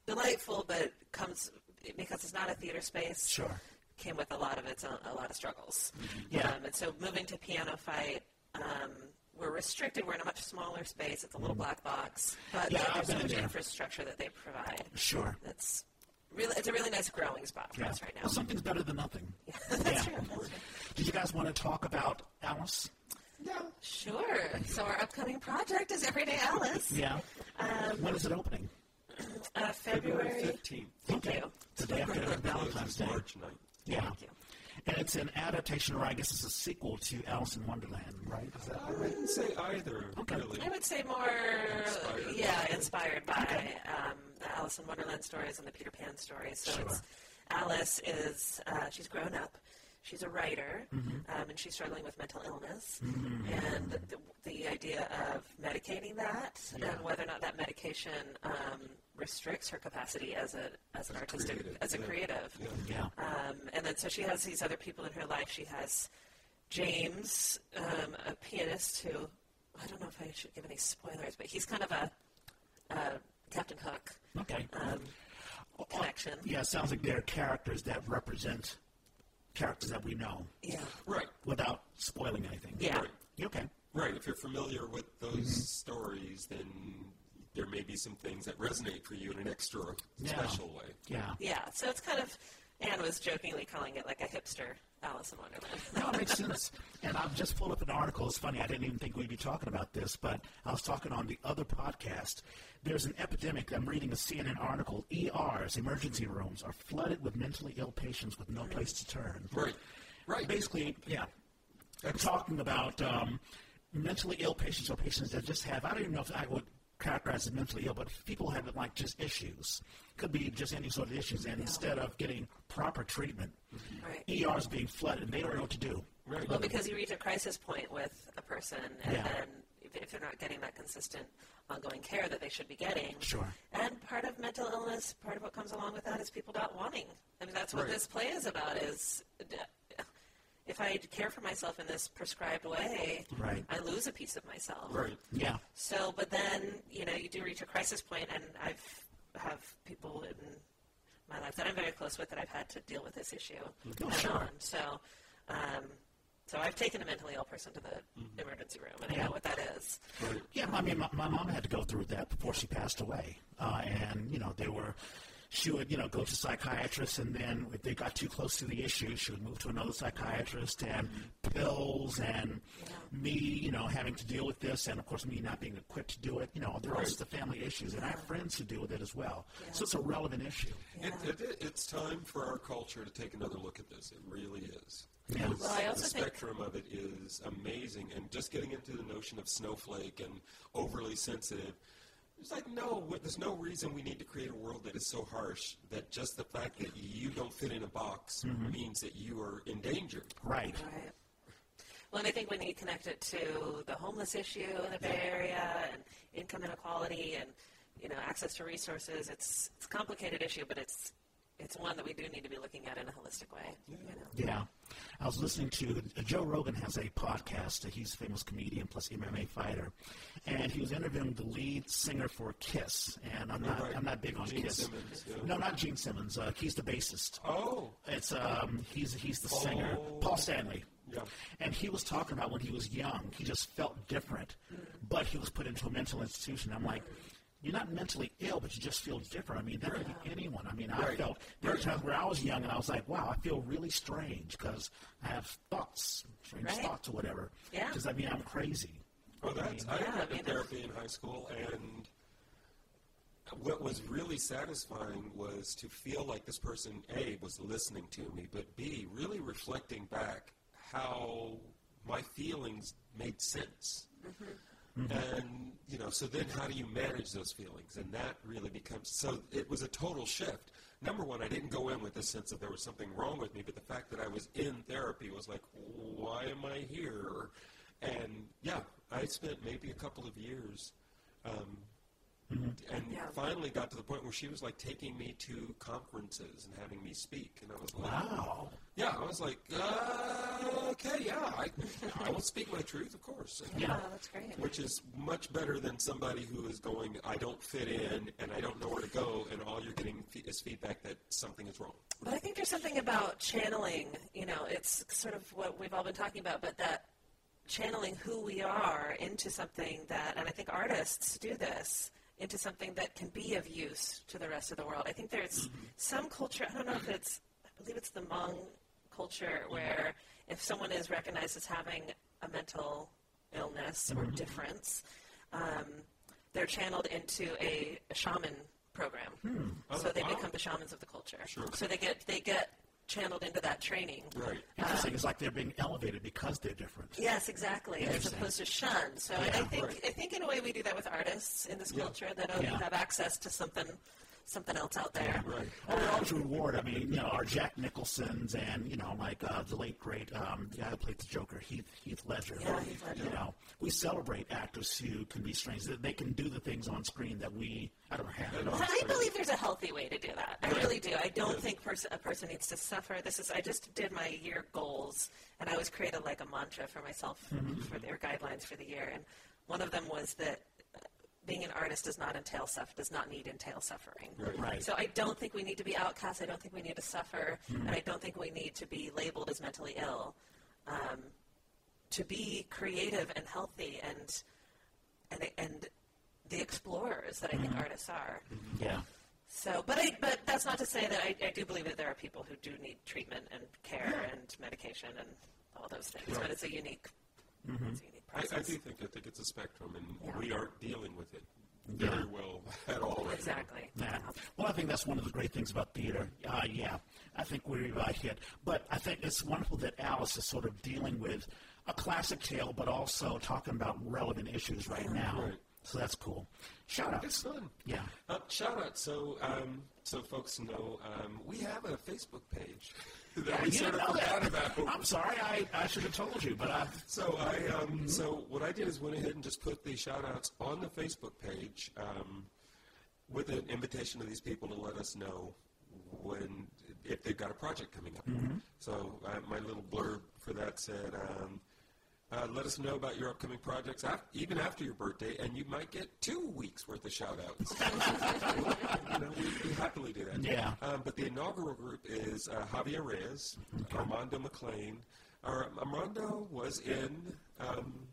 Speaker 2: delightful, but comes because it's not a theater space.
Speaker 1: Sure. Mm-hmm.
Speaker 2: Came with a lot of its own, a lot of struggles.
Speaker 1: Yeah.
Speaker 2: Um, and so moving to Piano Fight, um, we're restricted. We're in a much smaller space. It's a little black box, but
Speaker 1: Mm-hmm. Yeah, I've
Speaker 2: there's so
Speaker 1: been
Speaker 2: much
Speaker 1: there.
Speaker 2: infrastructure that they provide.
Speaker 1: Sure.
Speaker 2: That's really it's a really nice growing spot for
Speaker 1: Yeah.
Speaker 2: us right now.
Speaker 1: Well, something's better than nothing.
Speaker 2: [laughs] That's
Speaker 1: yeah.
Speaker 2: true. That's true.
Speaker 1: Did you guys want to talk about Alice?
Speaker 2: Sure. So our upcoming project is Everyday Alice.
Speaker 1: Yeah.
Speaker 2: Um,
Speaker 1: when is it opening?
Speaker 2: Uh, February.
Speaker 3: 15th.
Speaker 2: Thank you.
Speaker 1: It's the day after
Speaker 2: [laughs]
Speaker 1: Valentine's Day.
Speaker 3: March 9th.
Speaker 1: Yeah.
Speaker 2: Thank you.
Speaker 1: And it's an adaptation, or I guess it's a sequel to Alice in Wonderland, right? Is that
Speaker 3: I wouldn't say either, really.
Speaker 2: I would say more,
Speaker 3: Inspired
Speaker 2: yeah, inspired by um, the Alice in Wonderland stories and the Peter Pan stories. So it's, Alice is, uh, she's grown up. She's a writer,
Speaker 3: Mm-hmm.
Speaker 2: um, and she's struggling with mental illness, and the, the idea of medicating that, and whether or not that medication um, restricts her capacity as a as an artistic
Speaker 3: creative,
Speaker 2: as a
Speaker 3: yeah.
Speaker 2: creative.
Speaker 3: Yeah.
Speaker 1: Yeah.
Speaker 2: Um, and then so she has these other people in her life. She has James, um, a pianist who I don't know if I should give any spoilers, but he's kind of a uh, Captain Hook
Speaker 1: Okay.
Speaker 2: um, connection.
Speaker 1: Yeah, it sounds like they're characters that represent characters that we know
Speaker 2: Yeah.
Speaker 3: Right.
Speaker 1: without spoiling anything.
Speaker 2: Yeah.
Speaker 1: You okay?
Speaker 3: Right. If you're familiar with those stories, then there may be some things that resonate for you in an extra
Speaker 1: Yeah.
Speaker 3: special way.
Speaker 1: Yeah.
Speaker 2: Yeah. So it's kind of Anne was jokingly calling it like a hipster Alice in Wonderland. [laughs]
Speaker 1: No, it makes sense. And I've just pulled up an article. It's funny. I didn't even think we'd be talking about this, but I was talking on the other podcast. There's an epidemic. I'm reading a CNN article. ERs, emergency rooms, are flooded with mentally ill patients with
Speaker 2: Mm-hmm.
Speaker 1: no place to turn.
Speaker 3: Right. Right.
Speaker 1: Basically, yeah. I'm talking about um, mentally ill patients or patients that just have, I don't even know if I would characterize as mentally ill, but people have like just issues. Could be just any sort of issues. And instead of getting proper treatment,
Speaker 2: Right.
Speaker 1: ER is being flooded and they don't know what to do.
Speaker 3: Right.
Speaker 2: Well, because you reach a crisis point with a person, and
Speaker 1: Yeah.
Speaker 2: then if, if they're not getting that consistent ongoing care that they should be getting.
Speaker 1: Sure.
Speaker 2: And part of mental illness, part of what comes along with that is people not wanting. I mean, that's what
Speaker 3: Right.
Speaker 2: this play is about is d- if I care for myself in this prescribed way,
Speaker 1: Right.
Speaker 2: I lose a piece of myself.
Speaker 3: Right.
Speaker 1: Yeah.
Speaker 2: So, but then you know you do reach a crisis point, and I've have people in my life that I'm very close with that I've had to deal with this issue. head
Speaker 1: sure.
Speaker 2: on. So, um, so I've taken a mentally ill person to the emergency room,
Speaker 1: Mm-hmm.
Speaker 2: and I
Speaker 1: Yeah.
Speaker 2: know what that is.
Speaker 3: Right.
Speaker 1: Yeah, I mean, my, my mom had to go through that before she passed away. Uh, and, you know, they were, she would, you know, go to psychiatrists, and then if they got too close to the issue, she would move to another psychiatrist, and pills and me, you know, having to deal with this, and of course me not being equipped to do it. You know, there are the family issues, and I have friends who deal with it as well. So it's a relevant issue.
Speaker 3: It, it, it's time for our culture to take another look at this. It really is.
Speaker 1: Yeah.
Speaker 3: Because
Speaker 2: Well, I also
Speaker 3: the
Speaker 2: think-
Speaker 3: spectrum of it is amazing, and just getting into the notion of snowflake and overly sensitive. It's like no, w- there's no reason we need to create a world that is so harsh that just the fact that you don't fit in a box
Speaker 2: Mm-hmm.
Speaker 3: means that you are endangered.
Speaker 1: Right.
Speaker 2: Right. Well, and I think when you connect it to the homeless issue in the Bay Area and income inequality and you know access to resources, it's it's a complicated issue, but it's it's one that we do need to be looking at in a holistic way. You know?
Speaker 1: Yeah. I was listening to uh, Joe Rogan has a podcast. uh, He's a famous comedian plus MMA fighter, and he was interviewing the lead singer for Kiss. And I'm not I'm not big on
Speaker 3: Gene
Speaker 1: Kiss.
Speaker 3: Simmons, yeah.
Speaker 1: No, not Gene Simmons. Uh, he's the bassist.
Speaker 3: Oh,
Speaker 1: It's um he's he's the singer Paul Stanley.
Speaker 3: Yeah.
Speaker 1: And he was talking about when he was young, he just felt different, but he was put into a mental institution. I'm like, you're not mentally ill, but you just feel different. I mean, that could be anyone. I mean, I
Speaker 3: Right.
Speaker 1: felt there were times where I was young and I was like, wow, I feel really strange because I have thoughts, strange
Speaker 2: Right.
Speaker 1: thoughts or whatever.
Speaker 2: Yeah.
Speaker 1: Because I mean, I'm crazy.
Speaker 3: Oh, that's I
Speaker 2: Yeah,
Speaker 3: went
Speaker 2: I
Speaker 3: to
Speaker 2: mean,
Speaker 3: therapy in high school, and what was really satisfying was to feel like this person A was listening to me, but B really reflecting back how my feelings made sense. And you know, so then how do you manage those feelings? And that really becomes so. It was a total shift. Number one, I didn't go in with the sense that there was something wrong with me, but the fact that I was in therapy was like, why am I here? And yeah, I spent maybe a couple of years, um, and
Speaker 2: Yeah.
Speaker 3: finally got to the point where she was like taking me to conferences and having me speak, and I was like,
Speaker 1: Wow.
Speaker 3: yeah, I was like, uh, okay, yeah, I, I will speak my truth, of course
Speaker 1: Yeah.
Speaker 2: Oh, that's great.
Speaker 3: which is much better than somebody who is going, I don't fit in and I don't know where to go, and all you're getting fe- is feedback that something is wrong.
Speaker 2: But I think there's something about channeling, you know, it's sort of what we've all been talking about, but that channeling who we are into something that, and I think artists do this, into something that can be of use to the rest of the world. I think there's
Speaker 3: Mm-hmm.
Speaker 2: some culture, I don't know if it's, I believe it's the Hmong culture,
Speaker 3: Mm-hmm.
Speaker 2: where if someone is recognized as having a mental illness
Speaker 3: Mm-hmm.
Speaker 2: or difference, um, they're channeled into a, a shaman program. So they
Speaker 3: Hmm. Oh, wow.
Speaker 2: become the shamans of the culture. So they get they get channeled into that training.
Speaker 3: Right.
Speaker 1: Interesting. it's like they're being elevated because they're different.
Speaker 2: Yes, exactly. As
Speaker 1: Interesting.
Speaker 2: opposed to shun. So I- I think
Speaker 3: right.
Speaker 2: I think in a way we do that with artists in this
Speaker 3: Yeah.
Speaker 2: culture that don't
Speaker 1: Yeah.
Speaker 2: have access to something something else out there.
Speaker 3: Right.
Speaker 1: Oh, we're all to reward. I mean, you know, our Jack Nicholson's and you know, like uh, the late great um, the guy who played the Joker, Heath Heath Ledger.
Speaker 2: Yeah, Heath Ledger.
Speaker 1: You know, we celebrate actors who can be strange. That they can do the things on screen that we I don't
Speaker 2: But [laughs]
Speaker 1: have.
Speaker 2: I believe there's a healthy way to do that. I really do. I don't think pers- a person needs to suffer. This is. I just did my year goals, and I was created like a mantra for myself for their guidelines for the year. And one of them was that uh, being an artist does not entail suff does not need entail suffering.
Speaker 1: Right.
Speaker 2: So I don't think we need to be outcast. I don't think we need to suffer, and I don't think we need to be labeled as mentally ill. Um, to be creative and healthy and and and the explorers that I think artists are.
Speaker 1: Yeah.
Speaker 2: So, but I, but that's not to say that I, I do believe that there are people who do need treatment and care and medication and all those things. But it's a unique, it's a unique
Speaker 3: Mm-hmm. I,
Speaker 2: process.
Speaker 3: I do think I think it's a spectrum, and
Speaker 2: Yeah.
Speaker 3: we aren't dealing with it very well at all. Right now.
Speaker 2: exactly.
Speaker 1: Yeah. Well, I think that's one of the great things about theater. Uh, yeah, I think we've uh, hit. But I think it's wonderful that Alice is sort of dealing with a classic tale, but also talking about relevant issues right now.
Speaker 3: Right.
Speaker 1: So that's cool. Shout outs.
Speaker 3: It's fun.
Speaker 1: Yeah.
Speaker 3: Uh, shout out. So, um, so folks know um, we have a Facebook page [laughs] that we
Speaker 1: You
Speaker 3: sort of
Speaker 1: know that.
Speaker 3: forgot about.
Speaker 1: I'm sorry, I, I should have told you, but I,
Speaker 3: So I um, so what I did is went ahead and just put the shout outs on the Facebook page um, with an invitation to these people to let us know when if they've got a project coming up. So uh, my little blurb for that said. Um, uh, let us know about your upcoming projects, af- even after your birthday, and you might get two weeks worth of shout outs. [laughs] you know, we, we happily do that.
Speaker 1: Yeah.
Speaker 3: Um, but the inaugural group is uh, Javier Reyes, Armando McLean. Ar- Armando was in um,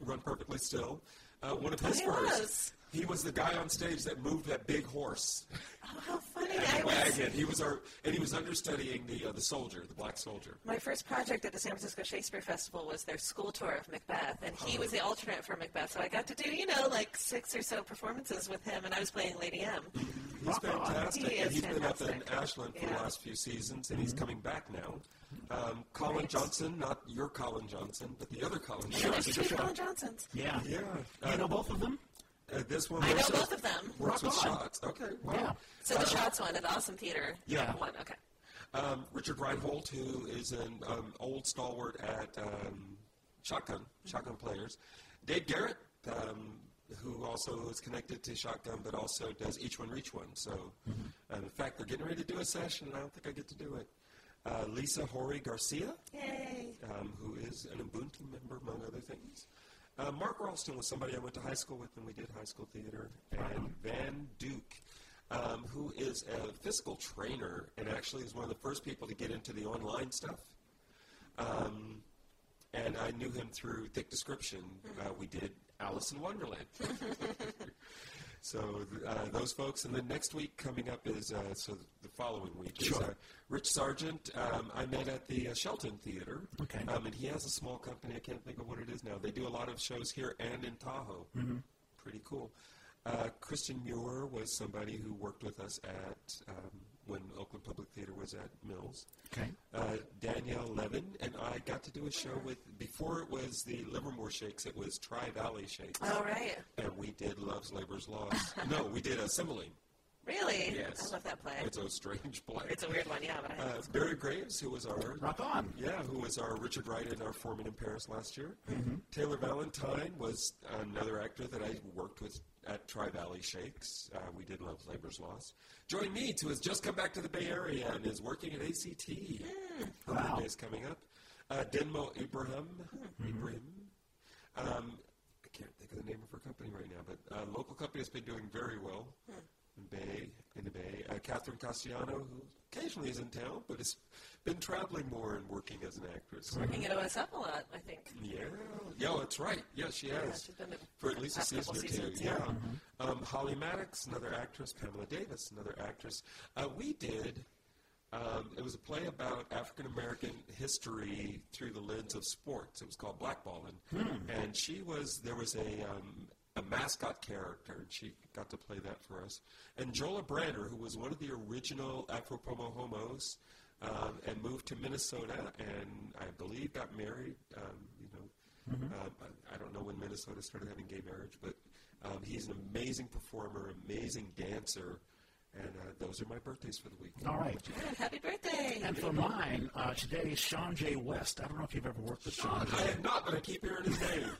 Speaker 3: Run Perfectly Still. uh, one of his
Speaker 2: He
Speaker 3: first.
Speaker 2: was.
Speaker 3: He was the guy on stage that moved that
Speaker 2: [laughs]
Speaker 3: big horse
Speaker 2: Oh, how funny! I was.
Speaker 3: wagon. He was our, and he was understudying the uh, the soldier, the black soldier.
Speaker 2: My first project at the San Francisco Shakespeare Festival was their school tour of Macbeth, and he was the
Speaker 3: Oh.
Speaker 2: alternate for Macbeth, so I got to do, you know, like six or so performances with him, and I was playing Lady M.
Speaker 3: Mm-hmm. He's fantastic,
Speaker 2: He
Speaker 3: and
Speaker 2: is
Speaker 3: he's been up in
Speaker 2: fantastic.
Speaker 3: Ashland for the
Speaker 2: Yeah.
Speaker 3: last few seasons, and he's
Speaker 1: Mm-hmm.
Speaker 3: coming back now. Um, Colin Johnson, not your Colin Johnson, but the other Colin
Speaker 2: There's two
Speaker 3: Johnson.
Speaker 2: Colin Johnsons.
Speaker 1: Yeah.
Speaker 3: yeah,
Speaker 1: You
Speaker 3: uh,
Speaker 1: know both of them?
Speaker 3: uh, this one
Speaker 2: I know
Speaker 3: works with-
Speaker 2: both of them.
Speaker 3: works with
Speaker 1: Rock on.
Speaker 3: shots. Okay, wow.
Speaker 1: Yeah.
Speaker 2: So
Speaker 3: Uh-huh.
Speaker 2: the shots one at the Awesome Theater.
Speaker 1: Yeah.
Speaker 2: One. Okay.
Speaker 3: Um, Richard Reinhold, who is an um, old stalwart at um, Shotgun, Shotgun Players. Dave Garrett, um, who also is connected to Shotgun, but also does Each One Reach One. So, um, in fact, they're getting ready to do a session, and I don't think I get to do it. Uh, Lisa Hori Garcia,
Speaker 2: Yay.
Speaker 3: um, who is an Ubuntu member, among other things. Uh, Mark Ralston was somebody I went to high school with, and we did high school theater. And Van Duke, um, who is a physical trainer and actually is one of the first people to get into the online stuff. Um, and I knew him through Thick Description. Uh, we did Alice
Speaker 1: [laughs]
Speaker 3: in Wonderland. So th- uh, those folks, and then next week coming up is uh, so the following week is uh, Rich Sargent. Um, I met at the uh, Shelton Theater,
Speaker 1: Okay.
Speaker 3: um, and he has a small company. I can't think of what it is now. They do a lot of shows here and in Tahoe.
Speaker 1: Mm-hmm.
Speaker 3: Pretty cool. Uh, Christian Muir was somebody who worked with us at um, when Oakland Public Theater was at Mills
Speaker 1: Okay.
Speaker 3: uh, Danielle Levin, and I got to do a show with, before it was the Livermore Shakes, it was Tri Valley Shakes.
Speaker 2: All right.
Speaker 3: And we did Love's Labor's Lost. no, we did Assembling.
Speaker 2: Really?
Speaker 3: Yes.
Speaker 2: I love that play.
Speaker 3: It's a strange play.
Speaker 2: It's a weird one, yeah, but I
Speaker 3: Uh, Barry Graves, who was our
Speaker 1: Rock on.
Speaker 3: yeah, who was our Richard Wright and our foreman in Paris last year.
Speaker 1: Mm-hmm.
Speaker 3: Taylor Valentine was another actor that I worked with at Tri Valley Shakes. Uh, we did Love Labor's Lost. Joy Meets, who has just come back to the Bay Area and is working at ACT. Her
Speaker 1: Wow. Mm-hmm.
Speaker 3: birthday is coming up. Uh, Denmo Ibrahim. Ibrahim. Um, I can't think of the name of her company right now, but uh, local company has been doing very well. In Bay in the Bay, uh, Catherine Castellano, who occasionally is in town, but has been traveling more and working as an actress.
Speaker 2: working at OSF a lot, I think.
Speaker 3: Yeah, yeah, that's right. Yeah, she has
Speaker 2: Yeah, she's been to
Speaker 3: for at least a
Speaker 2: last
Speaker 3: season
Speaker 2: couple
Speaker 3: or two.
Speaker 2: seasons,
Speaker 3: Yeah. Um, Holly Maddox, another actress. Pamela Davis, another actress. Uh, we did. Um, it was a play about African American history through the lens of sports. It was called Blackballing, and she was there was a um, a mascot character, and she got to play that for us. And Jola Brander, who was one of the original Afro Pomo Homos. Um, and moved to Minnesota, and I believe got married. Um, you know, um, I, I don't know when Minnesota started having gay marriage, but um, he's an amazing performer, amazing dancer, and uh, those are my birthdays for the week.
Speaker 1: All right.
Speaker 2: Yeah, happy birthday.
Speaker 1: And for mine, uh, today, Sean J. West. I don't know if you've ever worked with Sean.
Speaker 3: I have not, but I keep hearing his name.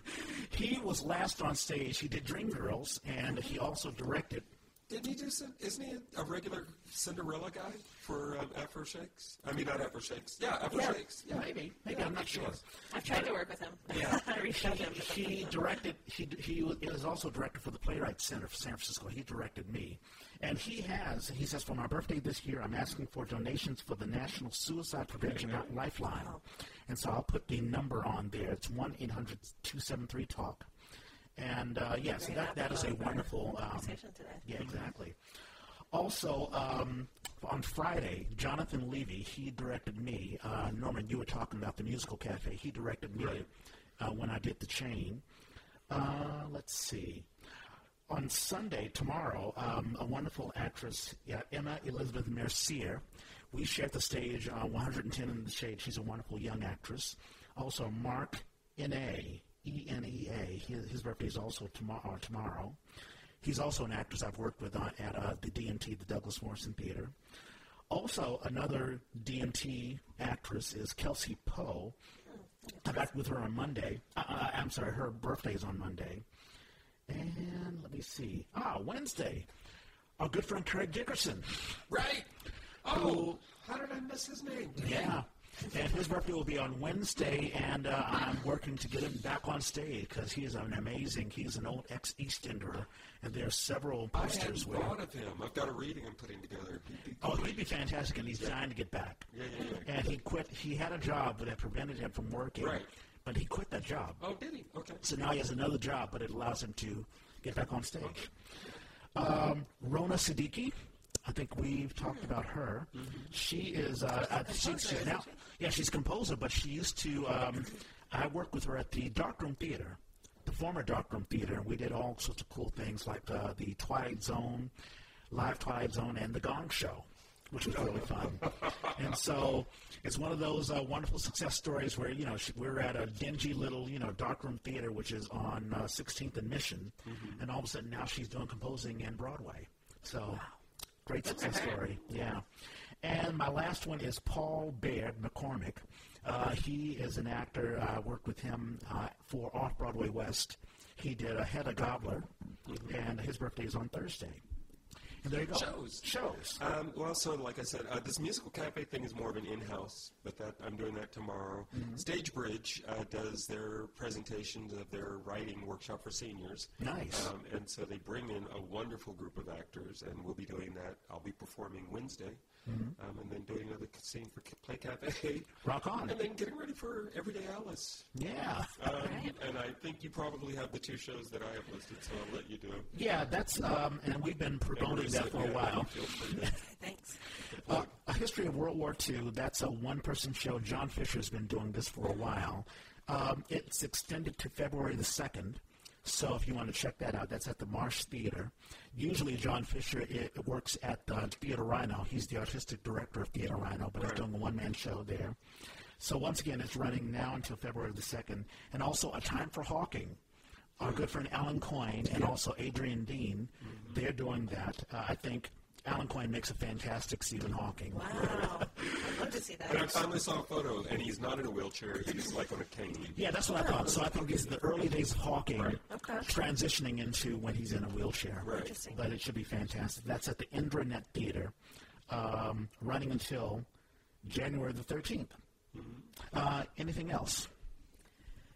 Speaker 1: He was last on stage. He did Dreamgirls, and he also directed.
Speaker 3: Didn't he do? Cin- Isn't he a regular Cinderella guy for um, Afro Shakes? I mean, not Afro Shakes. Yeah, Afro Shakes. Yeah.
Speaker 1: maybe. Maybe I'm not sure.
Speaker 2: I've tried to work with him. [laughs] I reached out to him. but-
Speaker 1: He directed. He he was- is also director for the Playwright Center for San Francisco. He directed me, and he has. He says for my birthday this year, I'm asking for donations for the National Suicide Prevention Lifeline, and so I'll put the number on there. It's one 273 talk, and uh, yeah, so that that is a wonderful. Um,
Speaker 2: Conversation today.
Speaker 1: yeah, exactly. Also, um, on Friday, Jonathan Levy, he directed me. Uh, Norman, you were talking about the musical cafe. He directed me uh, when I did The Chain. Uh, let's see. On Sunday, tomorrow, um, a wonderful actress, yeah, Emma Elizabeth Mercier, we shared the stage uh, on 110 in the Shade. She's a wonderful young actress. Also, Mark E N.A., E-N-E-A, his, his birthday is also tomorrow. uh, tomorrow. He's also an actress I've worked with on, at uh, the DMT, the Douglas Morrison Theater. Also, another DMT actress is Kelsey Poe. I got with her on Monday. Uh, uh, I'm sorry, her birthday is on Monday. And let me see. Ah, Wednesday. Our good friend Craig Dickerson.
Speaker 3: Right. Oh, how did I miss his name?
Speaker 1: Yeah. And his birthday will be on Wednesday, and uh, I'm working to get him back on stage because he is an amazing. He's an old ex East Ender, and there are several
Speaker 3: I hadn't
Speaker 1: posters with him.
Speaker 3: thought of him. I've got a reading I'm putting together.
Speaker 1: Oh, he'd be fantastic, and he's dying to get back.
Speaker 3: Yeah, yeah, yeah.
Speaker 1: And he quit. He had a job that prevented him from working.
Speaker 3: Right.
Speaker 1: but he quit that job.
Speaker 3: Oh, did he? Okay.
Speaker 1: So now he has another job, but it allows him to get back on stage. Um, Rona Siddiqui, I think we've talked about her. She is, uh, uh, she, she's now, yeah, she's a composer, but she used to, um, I worked with her at the Darkroom Theater, the former Darkroom Theater, and we did all sorts of cool things like uh, the Twilight Zone, Live Twilight Zone, and The Gong Show. Which was really fun, and so it's one of those uh, wonderful success stories where you know she, we're at a dingy little you know darkroom theater which is on uh, 16th and Mission, and all of a sudden now she's doing composing and Broadway. So great success story, yeah. And my last one is Paul Baird McCormick. Uh, he is an actor. I worked with him uh, for Off Broadway West. He did a head of Gobbler, and his birthday is on Thursday. And there you go.
Speaker 3: Shows.
Speaker 1: Shows.
Speaker 3: Um, well, so like I said, uh, this musical cafe thing is more of an in-house, but that I'm doing that tomorrow.
Speaker 1: Mm-hmm.
Speaker 3: Stage Bridge uh, does their presentations of their writing workshop for seniors.
Speaker 1: Nice.
Speaker 3: Um, and so they bring in a wonderful group of actors, and we'll be doing that. I'll be performing Wednesday, um, and then doing another ca- scene for Ca- Play Cafe,
Speaker 1: Mm-hmm. [laughs] Rock on.
Speaker 3: and then getting ready for Everyday Alice.
Speaker 1: Yeah.
Speaker 3: Um, And I think you probably have the two shows that I have listed, so I'll let you do them.
Speaker 1: Yeah, that's, um, and we've been promoting that for a while.
Speaker 3: Feel free to-
Speaker 2: Thanks.
Speaker 1: Uh, a history of World War II. That's a one-person show. John Fisher's been doing this for a while. Um, it's extended to February the second. So if you want to check that out, that's at the Marsh Theater. Usually, John Fisher it works at the Theater Rhino. He's the artistic director of Theater Rhino, but he's doing a one-man show there. So once again, it's running now until February the second, and also a time for hawking our good friend Alan Coyne and also Adrian Dean, they're doing that. Uh, I think Alan Coyne makes a fantastic Stephen Hawking.
Speaker 2: Wow. I'd love to see
Speaker 3: And I
Speaker 2: that.
Speaker 3: finally saw a photo, and he's not in a wheelchair. He's like on a cane.
Speaker 1: Yeah, that's what I thought. So I think it's the early days of Hawking
Speaker 2: Okay.
Speaker 1: transitioning into when he's in a wheelchair.
Speaker 3: Right.
Speaker 2: Interesting.
Speaker 1: But it should be fantastic. That's at the Indranet Theater, um, running until January the 13th. Uh, anything else?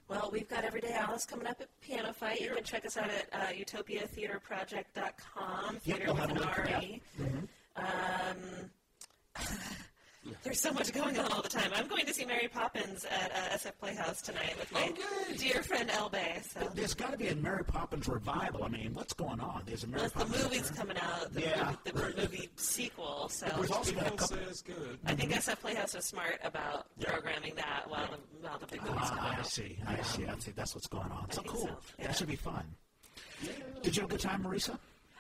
Speaker 2: Well, we've got Everyday Alice coming up at Piano Fight. You can check us out at uh, utopiatheaterproject.com, theater
Speaker 1: I'll
Speaker 2: with
Speaker 1: have a
Speaker 2: an
Speaker 1: look for that.
Speaker 2: R-E. Um, [laughs] there's so much going on all the time. I'm going to see Mary Poppins at uh, SF Playhouse tonight with my dear friend El Bay. So
Speaker 1: There's got to be a Mary Poppins revival. I mean, what's going on? There's a Mary
Speaker 2: plus the
Speaker 1: Poppins.
Speaker 2: movie's coming out, the,
Speaker 1: Yeah.
Speaker 2: movie, the movie sequel. So
Speaker 1: We've also got a
Speaker 3: People
Speaker 1: couple.
Speaker 3: say it's good.
Speaker 2: I think SF Playhouse was smart about programming that while the, while the big movie's coming
Speaker 1: Ah, I
Speaker 2: out.
Speaker 1: see. I see. I see. That's what's going on. So
Speaker 2: think
Speaker 1: cool.
Speaker 2: so, yeah.
Speaker 1: That should be fun. Did you have a good time, Marisa?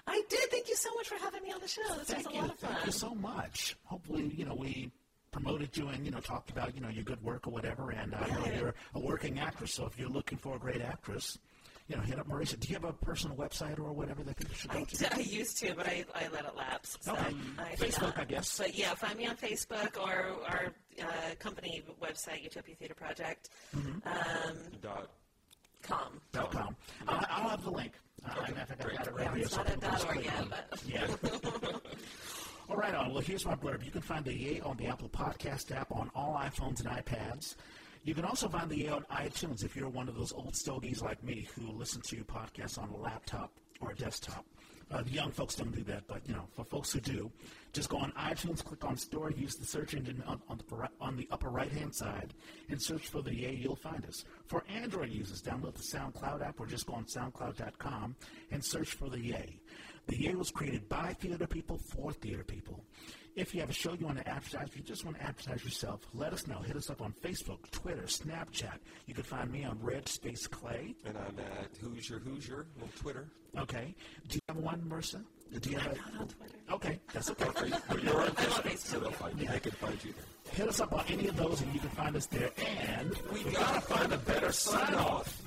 Speaker 2: I did. Thank you so much for having me on the show. This
Speaker 1: Thank
Speaker 2: was a
Speaker 1: you.
Speaker 2: lot of fun.
Speaker 1: Thank you so much. Hopefully, you know, we promoted you and, you know, talked about, you know, your good work or whatever. And I know
Speaker 2: Yeah.
Speaker 1: you're a working actress, so if you're looking for a great actress, you know, hit up Marisa. Do you have a personal website or whatever that people should go
Speaker 2: I,
Speaker 1: to?
Speaker 2: I used to, but I, I let it lapse. So
Speaker 1: Okay.
Speaker 2: I
Speaker 1: Facebook,
Speaker 2: forgot.
Speaker 1: I guess.
Speaker 2: But yeah, find me on Facebook or our uh, company website, Utopia Theater Project. Um,
Speaker 3: Dot.
Speaker 2: com.
Speaker 1: Dot com. I- I'll have the link. Uh, I think I got it right here.
Speaker 2: It's
Speaker 1: so
Speaker 2: not a
Speaker 1: people can
Speaker 2: dot
Speaker 1: just
Speaker 2: org
Speaker 1: click on
Speaker 2: yet,
Speaker 1: it.
Speaker 2: but
Speaker 1: Yeah. [laughs] All right, on. Well, here's my blurb. You can find the Yay on the Apple Podcast app on all iPhones and iPads. You can also find the Yay on iTunes if you're one of those old stogies like me who listen to podcasts on a laptop or a desktop. Uh, the young folks don't do that, but you know, for folks who do, just go on iTunes, click on Store, use the search engine on, on, the, right- on the upper right-hand side, and search for the Yay. You'll find us. For Android users, download the SoundCloud app or just go on SoundCloud.com and search for the Yay. The Yay was created by theater people for theater people. If you have a show you want to advertise, if you just want to advertise yourself, let us know. Hit us up on Facebook, Twitter, Snapchat. You can find me on Red Space Clay.
Speaker 3: And I'm at Hoosier Hoosier on Twitter.
Speaker 1: Okay. Do you have one, Mercer? Do you have
Speaker 2: on Twitter.
Speaker 1: a, okay, that's okay.
Speaker 3: But you're on
Speaker 2: I'm on
Speaker 3: Facebook, so
Speaker 2: Facebook.
Speaker 3: they'll find you. They can find you
Speaker 1: Hit us up on any of those, and you can find us there. And
Speaker 3: there. We gotta find a better sign off.